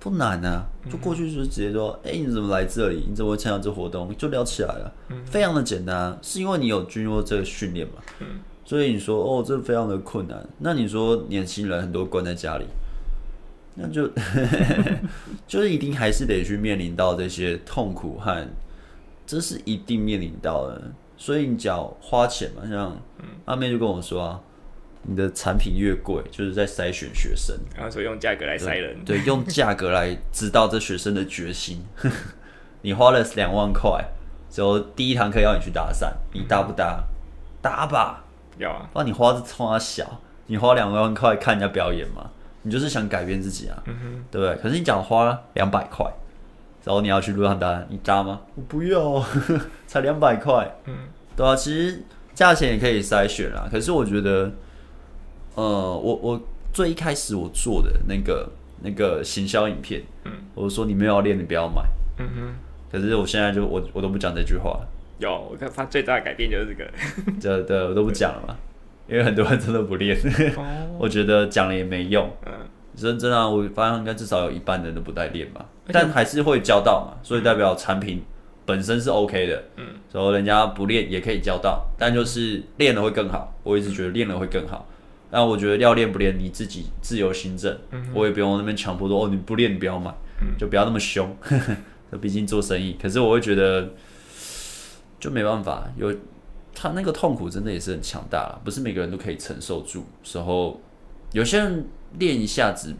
A: 不难啊，就过去就直接说，哎、你怎么来这里？你怎么会参加这活动？就聊起来了，非常的简单啊，是因为你有经过这个训练嘛，
B: 嗯
A: 所以你说哦，这非常的困难。那你说年轻人很多关在家里，那就 *laughs* 就是一定还是得去面临到这些痛苦和，这是一
B: 嗯
A: 定面临到的。所以你只要花钱嘛，像阿妹就跟我说啊，你的产品越贵，就是在筛选学生，
B: 然后所以用价格来塞人，
A: 对，用价格来知道这学生的决心。 *laughs* 你花了两万块，之后第一堂课要你去搭讪，你搭不搭？搭吧，
B: 要啊，
A: 不然你花这冲他小，你花两万块看人家表演嘛，你就是想改变自己啊，
B: 嗯
A: 对不对？可是你讲花两百块，然后你要去路上搭，你搭吗？我不要， *laughs* 才两百块，
B: 嗯
A: 对啊，其实价钱也可以筛选啦。可是我觉得，呃，我我最一开始我做的那个那个行销影片，
B: 嗯
A: 我说你没有要练，你不要买。
B: 嗯哼，
A: 可是我现在就我我都不讲这句话了，
B: 有，我看他最大的改变就是这个，
A: 这对我都不讲了嘛，因为很多人真的不练，
B: 哦，
A: 我觉得讲了也没用。
B: 嗯，
A: 真真啊，我发现应该至少有一半人都不带练吧，
B: 而且
A: 但还是会教到嘛，所以代表产品本身是 OK 的，
B: 嗯，
A: 然后人家不练也可以教到，但就是练了会更好，我一直觉得练了会更好。但我觉得要练不练你自己自由行政，
B: 嗯
A: 我也不用那边强迫说哦你不练你不要买，就不要那么凶，这毕竟做生意。可是我会觉得就没办法，有他那个痛苦真的也是很强大了，不是每个人都可以承受住。时候有些人练一下子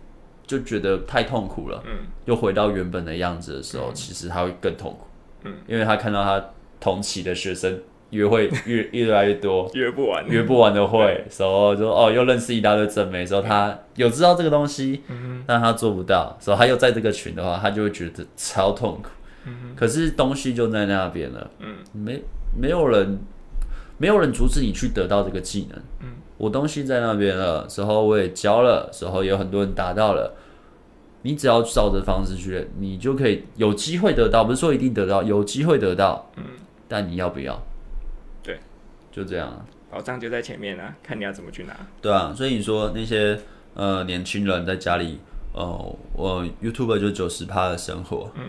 A: 就觉得太痛苦了，
B: *laughs* 嗯
A: 又回到原本的样子的时候，其实他会更痛苦，
B: 嗯，
A: 因为他看到他同期的学生约会越越来越多，
B: 约不完，
A: 约不完的会，然后就哦又认识一大堆正妹，时候他有知道这个东西，
B: 嗯
A: 但他做不到，所以他又在这个群的话，他就会觉得超痛苦。可是东西就在那边了，
B: 嗯，
A: 没没有人，没有人阻止你去得到这个技能。
B: 嗯，
A: 我东西在那边了，之后我也教了，之后也有很多人达到了。你只要照着方式去练，你就可以有机会得到，不是说一定得到，有机会得到。
B: 嗯，
A: 但你要不要？
B: 对，
A: 就这样啊。
B: 宝藏就在前面啊，看你要怎么去拿，
A: 对啊，所以你说那些呃年轻人在家里，呃，我 YouTube 就九十趴的生活，
B: 嗯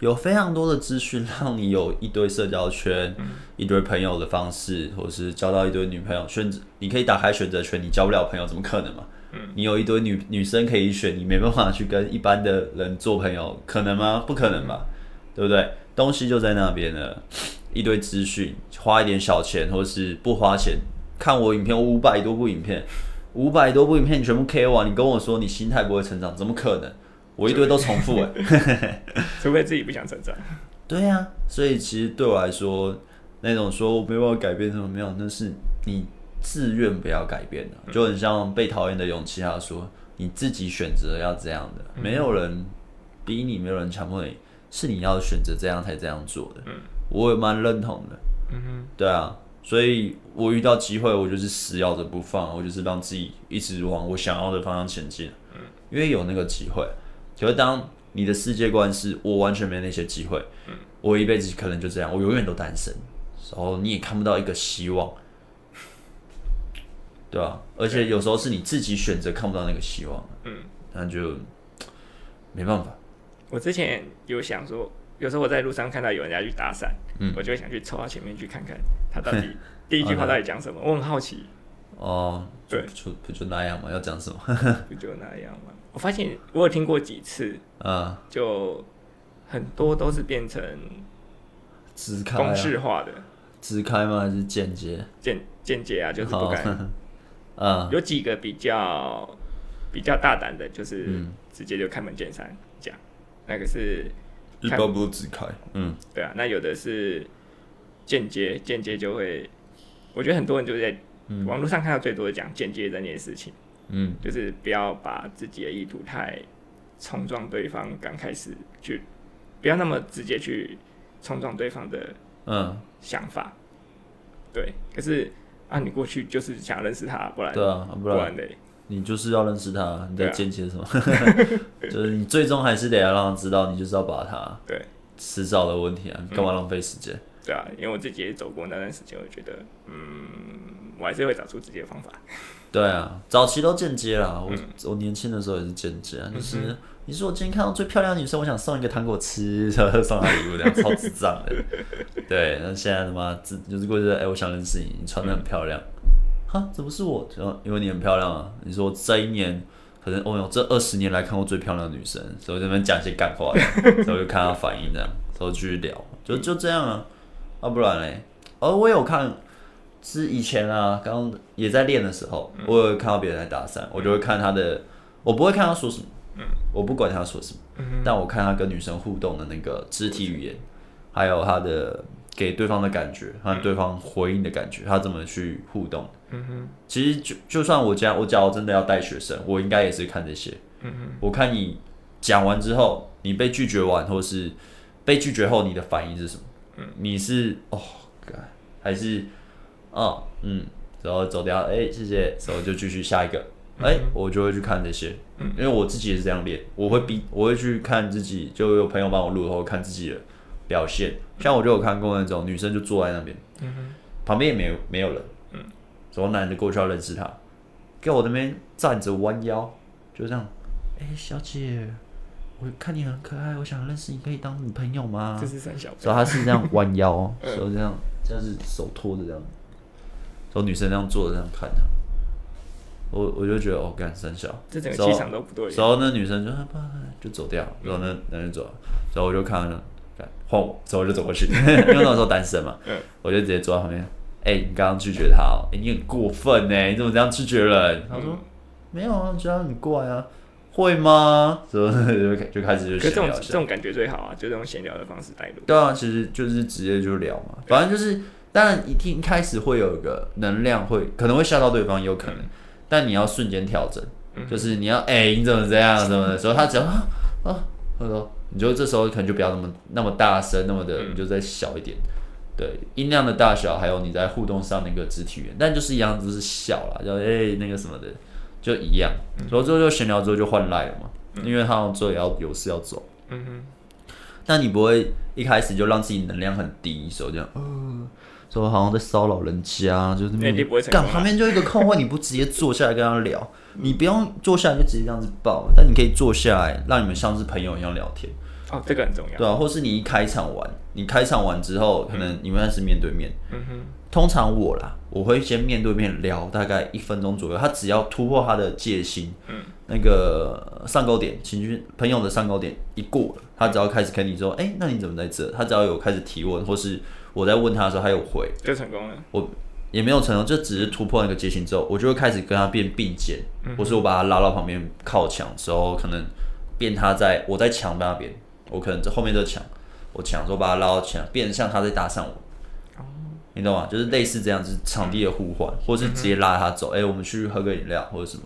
A: 有非常多的资讯让你有一堆社交圈，一堆朋友的方式，或是交到一堆女朋友，选择你可以打开选择权，你交不了朋友，怎么可能嘛？你有一堆女女生可以选，你没办法去跟一般的人做朋友，可能吗？不可能吧，对不对？东西就在那边了， *sniffs* 一堆资讯，花一点小钱，或是不花钱，看我影片五百多部影片，五百多部影片你全部 K 完，你跟我说你心态不会成长，怎么可能？我一堆都重复哎、
B: 除非自己不想成长，
A: 对呀、所以其实对我来说，那种说我没办法改变什么没有，那是你自愿不要改变的、
B: 嗯
A: 就很像被讨厌的勇气，他说你自己选择要这样的，
B: 嗯
A: 没有人逼你，没有人强迫你，是你要选择这样才这样做的。我也蛮认同的，
B: 嗯哼，
A: 对啊，所以我遇到机会，我就是死咬着不放，我就是让自己一直往我想要的方向前进，
B: 嗯
A: 因为有那个机会。可是当你的世界观是我完全没那些机会，我一辈子可能就这样，我永远都单身，然后你也看不到一个希望，对啊，而且有时候是你自己选择看不到那个希望，
B: 嗯，
A: 那就没办法，
B: 我之前有想说，有时候我在路上看到有人家去搭讪，
A: 嗯
B: 我就会想去凑到前面去看看他到底第一句话到底讲什么，我很好奇，
A: 哦，就
B: 对
A: 就不就那样嘛，要讲什么？
B: 不就那样吗？我发现我有听过几次，
A: 嗯，
B: 就很多都是变成
A: 直开、
B: 公
A: 啊，
B: 式化的
A: 直开吗？还是间接？
B: 间间接啊，就是不敢。
A: 嗯，
B: *laughs* 有几个比较比较大胆的，就是直接就开门见山讲，那个是
A: 一
B: 看
A: 般不是直开，嗯，
B: 对啊，那有的是间接，间接就会，我觉得很多人就是在网络上看到最多的讲间接这件事情，
A: 嗯，
B: 就是不要把自己的意图太冲撞对方，刚开始去不要那么直接去冲撞对方的
A: 嗯，
B: 想法，对，可是啊，你过去就是想认识他，不然
A: 对啊，不
B: 不
A: 然
B: 然嘞，
A: 你就是要认识他，你在
B: 对啊
A: 间接什么？ *laughs* 就是你最终还是得要让他知道，你就是要把他，
B: 对，
A: 迟早的问题啊，你干嘛浪费时间？
B: 对啊，因为我自己也走过那段时间，我觉得，嗯，我还是会找出自己的方法。
A: 对啊，早期都间接啦，我我年轻的时候也是间接啊，就是你是我今天看到最漂亮的女生，我想送一个糖果吃， *laughs* 然后送她礼物，这样超智障的。对，那现在他妈自就是过去说，哎、我想认识你，你穿的很漂亮，哈，怎么是我？然后因为你很漂亮啊，你说我这一年。可能哦哟，这二十年来看过最漂亮的女生，所以我这边讲一些干话，然后就看她反啊应这样，然后继续聊，就就这样啊，要、不然嘞，哦，我有看是以前啊，刚也在练的时候，
B: 嗯
A: 我有看到别人在搭讪，我就会看他的，我不会看他说什么，
B: 嗯
A: 我不管他说什么，但我看他跟女生互动的那个肢体语言，
B: 嗯
A: 还有他的给对方的感觉，和对方回应的感觉，他怎么去互动。
B: 嗯哼，
A: 其实就就算我家我假如真的要带学生，我应该也是看这些。
B: 嗯哼，
A: 我看你讲完之后，你被拒绝完，或是被拒绝后，你的反应是什么？嗯，你是哦，干还是哦，嗯，然后走掉，哎、谢谢，然后就继续下一个。哎、我就会去看这些，因为我自己也是这样练，我会逼，我会去看自己，就有朋友帮我录，然后看自己的表现。像我就有看过那种女生就坐在那边，旁边也没有没有人，然后男的过去要认识她，给我那边站着弯腰，就这样，哎、小姐，我看你很可爱，我想认识你，可以当女朋友吗？
B: 这是三小，
A: 然后他是这样弯腰
B: *laughs*
A: 哦，
B: 嗯
A: 然后这样，就是手托着这样，然后女生这样坐着这样看他，我我就觉得哦，干三小，
B: 这整个
A: 然后
B: 气场都不嗯对。
A: 然后那女生就啊不就走掉，然后那男人走了，然后我就看到那换我，之后就走
B: *laughs*
A: 过去，因为那时候单身嘛，
B: 嗯
A: 我就直接坐在旁边。哎、你刚刚拒绝他哦、哎你很过分呢、你怎么这样拒绝人？他说、没有啊，觉得他很怪啊，会吗？然后 *laughs* 就开就开始就
B: 可是这
A: 闲聊
B: 种
A: 一下
B: 这种感觉最好啊，就这种闲聊的方式带入。
A: 对啊，其实就是直接就聊嘛，反正就是，当然一听一开始会有一个能量会，可能会吓到对方，有可能，但你要瞬间调整，就是你要哎、你怎么这样什么的时候，他只要啊啊，他说你就这时候可能就不要那么那么大声，那么的，你就再小一点，对，音量的大小，还有你在互动上那个肢体语言，但就是一样，就是笑啦，就哎、那个什么的，就一样，然后之后就闲聊之后就换赖了嘛，因为他好像之后也要有事要走。
B: 嗯哼，
A: 但你不会一开始就让自己能量很低，手这样，呃，说好像在骚扰人家，就是
B: 那一定不会成功
A: 干
B: 啊
A: 旁边就一个空位，你不直接坐下来跟他聊，你不用坐下来就直接这样子抱，但你可以坐下来，让你们像是朋友一样聊天，
B: 哦，这个很重要。
A: 对啊，或是你一开场完，你开场完之后，可能你们那是面对面，
B: 嗯哼，
A: 通常我啦，我会先面对面聊大概一分钟左右，他只要突破他的戒心，
B: 嗯，
A: 那个上钩点，情绪朋友的上钩点一过了，他只要开始跟你说，哎、那你怎么在这？他只要有开始提问，或是我在问他的时候，他有回，
B: 就成功了。
A: 我也没有成功，就只是突破那个戒心之后，我就会开始跟他变并肩，或是我把他拉到旁边靠墙之后，可能变他在我在墙那边，我可能在后面这墙，我墙之后把他拉到墙，变得像他在搭讪我。你懂吗？就是类似这样子场地的互换，或是直接拉他走，哎、我们去喝个饮料或者什么，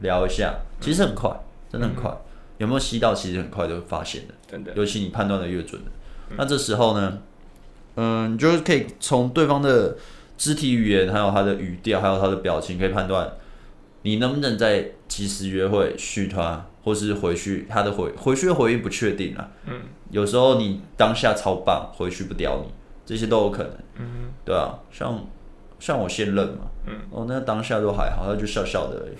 A: 聊一下，其实很快，真的很快。有没有吸到，其实很快就会发现的。
B: 真的，
A: 尤其你判断的越准的，那这时候呢，嗯，你就是可以从对方的肢体语言，还有他的语调，还有他的表情，可以判断你能不能在及时约会续他，或是回去他的回回去的回应不确定啊。嗯，有时候你当下超棒，回去不屌你，这些都有可能。嗯，对啊，像像我现任嘛，嗯，哦，那当下都还好，他就笑笑的而已。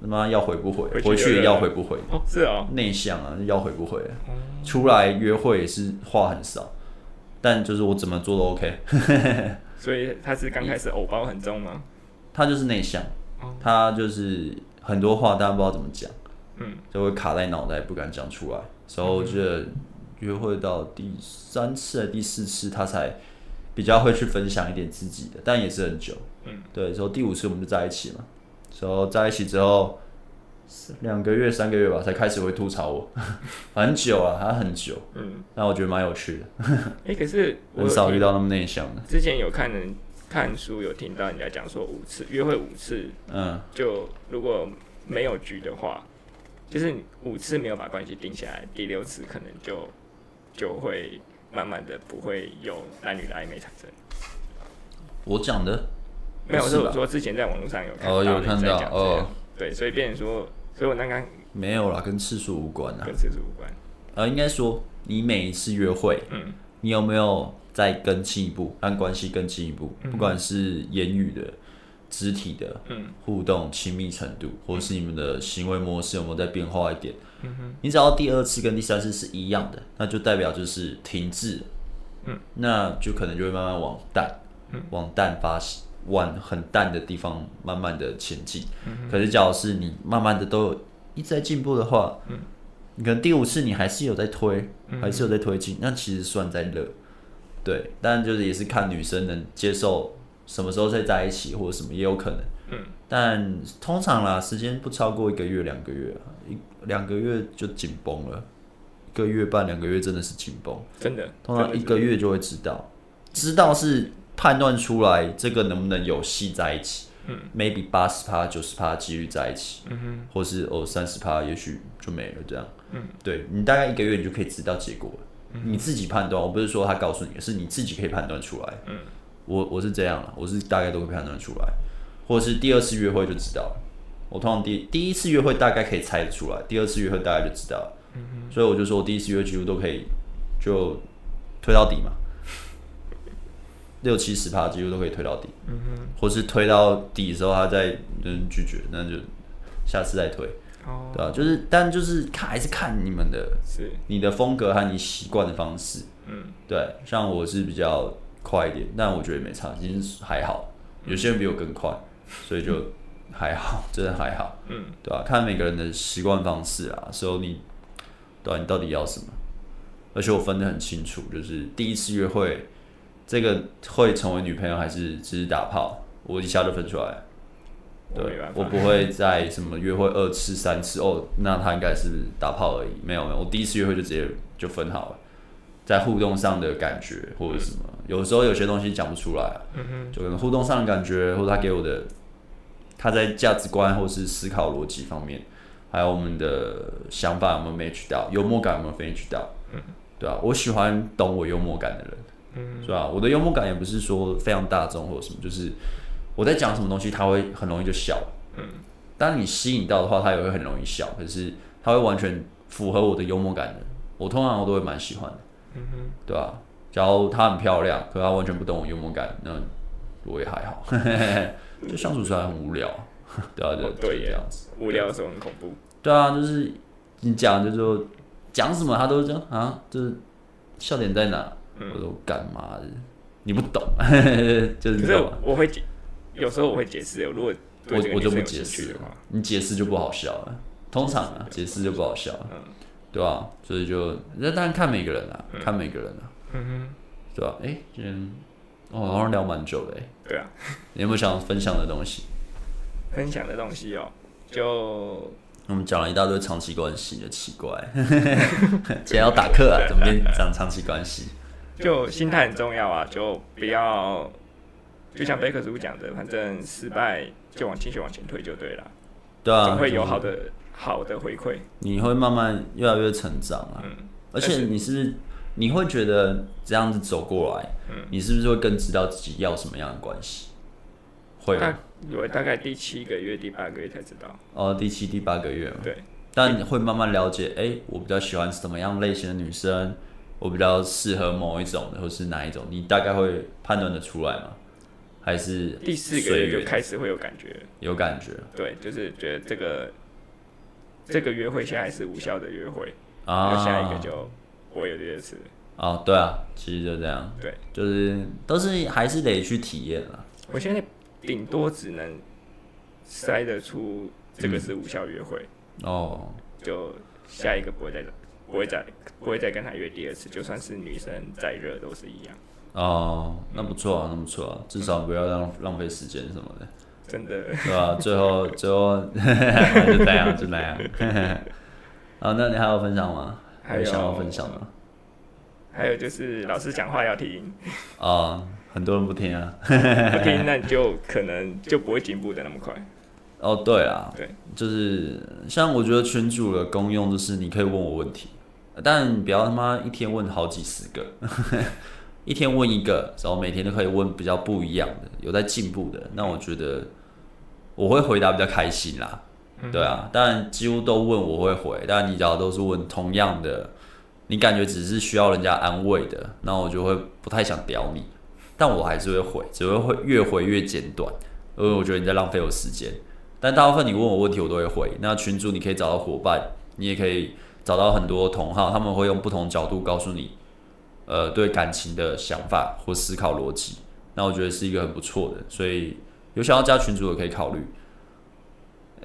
A: 他妈要回不回，
B: 回去
A: 回
B: 就
A: 去也
B: 认
A: 要
B: 了
A: 回不回，
B: 哦，是哦，
A: 内向啊，要回不回、啊，出来约会也是话很少，但就是我怎么做都 OK。 *laughs*
B: 所以他是刚开始偶包很重吗？
A: 他就是内向，
B: 哦
A: 他就是很多话大家不知道怎么讲，
B: 嗯，
A: 就会卡在脑袋不敢讲出来。所以我觉得约会到第三次还是第四次，他才比较会去分享一点自己的，但也是很久。
B: 嗯，
A: 对，所以第五次我们就在一起嘛，所以在一起之后两个月、三个月吧，才开始会吐槽我， *laughs* 很久啊，他很久。
B: 嗯，
A: 那我觉得蛮有趣的，
B: 哎，可是我
A: 很
B: 有
A: 少
B: 听
A: 遇到那么内向的。
B: 之前有看人看书，有听到人家讲说五次约会五次，
A: 嗯，
B: 就如果没有局的话，就是你五次没有把关系定下来，第六次可能就就会慢慢的不会有男女的暧昧产生。
A: 我讲的
B: 没有，
A: 不
B: 我
A: 哦是
B: 是
A: 吧
B: 我说之前在网络上有看
A: 哦有
B: 人
A: 看
B: 在
A: 到
B: 讲这
A: 哦
B: 样，对，所以变成说，所以我刚刚
A: 没有啦，跟次数无关啊。
B: 跟次数无关，
A: 呃，应该说你每一次约会，
B: 嗯，
A: 你有没有再更进一步，让关系更进一步？不管是言语的、肢体的、
B: 嗯
A: 互动亲密程度，或是你们的行为模式有没有再变化一点？
B: 嗯哼，
A: 你只要第二次跟第三次是一样的，那就代表就是停滞，
B: 嗯，
A: 那就可能就会慢慢往淡，嗯，往淡发往很淡的地方慢慢的前进。
B: 嗯
A: 可是，假如是你慢慢的都有一直在进步的话，嗯，你可能第五次你还是有在推，还是有在推进，那其实算在乐，对，但就是也是看女生能接受什么时候再在一起，或者什么也有可能。
B: 嗯，
A: 但通常啦，时间不超过一个月、两个月啊，一两个月就紧绷了，一个月半、两个月真的是紧绷。
B: 真的，
A: 通
B: 真
A: 常
B: 的
A: 一
B: 是
A: 个月就会知道，知道是判断出来这个能不能有戏在一起。
B: 嗯
A: ，maybe 八十趴、九十趴几率在一起，
B: 嗯哼，
A: 或是哦三十趴，也许就没了这样。
B: 嗯，
A: 对你大概一个月你就可以知道结果了，你自己判断，我不是说他告诉你，是你自己可以判断出来。
B: 嗯，
A: 我我是这样了，我是大概都会判断出来，或者是第二次约会就知道了。我通常第第一次约会大概可以猜得出来，第二次约会大概就知道了。
B: 嗯
A: 所以我就说我第一次约几乎都可以就推到底嘛，六七十趴几乎都可以推到底，
B: 嗯哼，
A: 或是推到底的时候他再嗯拒绝，那就下次再推，
B: 哦，
A: 对吧、就是但就是看还是看你们的
B: 是，
A: 你的风格和你习惯的方式。
B: 嗯，
A: 对，啊像我是比较快一点，但我觉得没差，其实还好。
B: 嗯
A: 有些人比我更快，所以就还好， *laughs* 真的还好，
B: 嗯，
A: 对吧、看每个人的习惯方式啊，所以你，对啊、你到底要什么？而且我分得很清楚，就是第一次约会，这个会成为女朋友还是只是打炮，我一下就分出来了。
B: 我没
A: 对
B: 办，
A: 我
B: 法，
A: 不会在什么约会二次、三次哦，那他应该是打炮而已，没有没有，我第一次约会就直接就分好了，在互动上的感觉或者什么，有时候有些东西讲不出来啊，
B: 嗯哼，
A: 就可能互动上的感觉，或者他给我的他在价值观或是思考逻辑方面，还有我们的想法有没有 match 到，幽默感有没有 match 到，对啊，我喜欢懂我幽默感的人。
B: 嗯
A: 是吧？我的幽默感也不是说非常大众或者什么，就是我在讲什么东西，他会很容易就笑。
B: 嗯，
A: 当你吸引到的话，他也会很容易笑，可是他会完全符合我的幽默感的。我通常我都会蛮喜欢的，
B: 嗯哼，
A: 对吧、假如她很漂亮，可她完全不懂我幽默感，那我也还好， *laughs* 就相处出来很无聊，对啊，就
B: 哦对
A: 就
B: 耶
A: 这样子。
B: 无聊的时候很恐怖，
A: 对啊，就是你讲就是说讲什么，他都是这样啊，就是笑点在哪？
B: 嗯
A: 我说干嘛的？你不懂， *laughs* 就是
B: 可
A: 你
B: 是
A: 懂吗？
B: 我会解，有时候我会解释，如果对
A: 我
B: 这个
A: 我就
B: 女
A: 不
B: 生
A: 解
B: 有兴趣
A: 释
B: 的话，，
A: 你解释就不好笑了。通常啊，解释就不好笑嗯了，对吧、所以就那当然看每个人啊，看每个人啊，
B: 嗯
A: 对吧、诶，哎、今天哦，好像聊蛮久的、诶
B: 哼，对啊，
A: 你有没有想分享的东西？
B: 分享的东西哦，就
A: 我们讲了一大堆长期关系的奇 *laughs* 怪，今天要打课啊，怎么变讲长期关系？
B: 就心态很重要啊，就不要，就像贝克叔讲的，反正失败就往继续往前推就对了，
A: 对啊，
B: 总会
A: 就
B: 有
A: 是
B: 好的好的回馈。
A: 你会慢慢越来越成长啊。
B: 嗯
A: 而
B: 但
A: 且你是不是你会觉得这样子走过来，
B: 嗯
A: 你是不是会更知道自己要什么样的关系？会吗
B: 大我大概第七个月、第八个月才知道，
A: 哦，第七、第八个月嘛。
B: 对，
A: 但你会慢慢了解，哎、我比较喜欢什么样类型的女生，我比较适合某一种的，或是哪一种，你大概会判断的出来吗？还是
B: 第四个
A: 随
B: 月就
A: 缘
B: 开始会有感觉，
A: 有感觉
B: 对，就是觉得这个这个约会现在是无效的约会，然
A: 啊？
B: 后下一个就不会有这些事，
A: 哦，对啊，其实就这样，
B: 对，
A: 就是都是还是得去体验啦。
B: 我现在顶多只能筛得出这个是无效约会，
A: 哦，
B: 就下一个不会再不会再不会再跟他约第二次，就算是女生再热都是一样，
A: 哦，那不错啊，那不错啊，至少不要浪浪费时间什么的，
B: 真的。
A: 对吧、 *laughs* 最后最后 *laughs* 就那样，就那样。 *laughs* 啊，那你还有分享吗？
B: 还有
A: 想要分享吗？
B: 还有就是老师讲话要听，
A: 啊、很多人不听啊。
B: 不听那你就可能就不会进步的那么快。
A: 哦，对啊，
B: 对，
A: 就是像我觉得群主的功用就是你可以问我问题，但不要他妈一天问好几十个， *laughs* 一天问一个，然后每天都可以问比较不一样的，有在进步的，那我觉得我会回答比较开心啦。对啊，但几乎都问我会回，但你只要都是问同样的，你感觉只是需要人家安慰的，那我就会不太想屌你，但我还是会回，只会会越回越简短，因为我觉得你在浪费我时间。但大部分你问我问题，我都会回。那群主你可以找到伙伴，你也可以找到很多同好，他们会用不同角度告诉你，呃，对感情的想法或思考逻辑。那我觉得是一个很不错的，所以有想要加群主的可以考虑。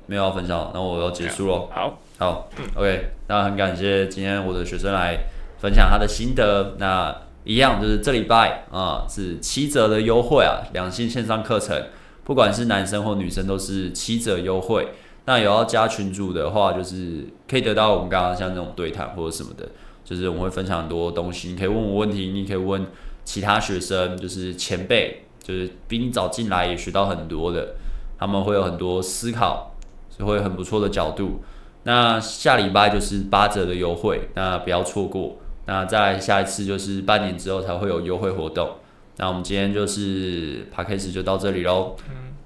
A: 没有要分享，那我要结束喽。
B: 好，
A: 好，OK，那很感谢今天我的学生来分享他的心得。那一样就是这礼拜啊、是七折的优惠啊，两性线上课程，不管是男生或女生都是七折优惠。那有要加群主的话，就是可以得到我们刚刚像这种对谈或者什么的，就是我们会分享很多东西，你可以问我问题，你可以问其他学生，就是前辈，就是比你早进来也学到很多的，他们会有很多思考，所以会有很不错的角度。那下礼拜就是八折的优惠，那不要错过。那再来下一次就是半年之后才会有优惠活动。那我们今天就是 p a c k a g e 就到这里喽，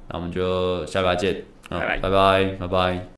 A: 那我们就下礼拜见，嗯
B: 拜拜
A: 拜拜，拜拜。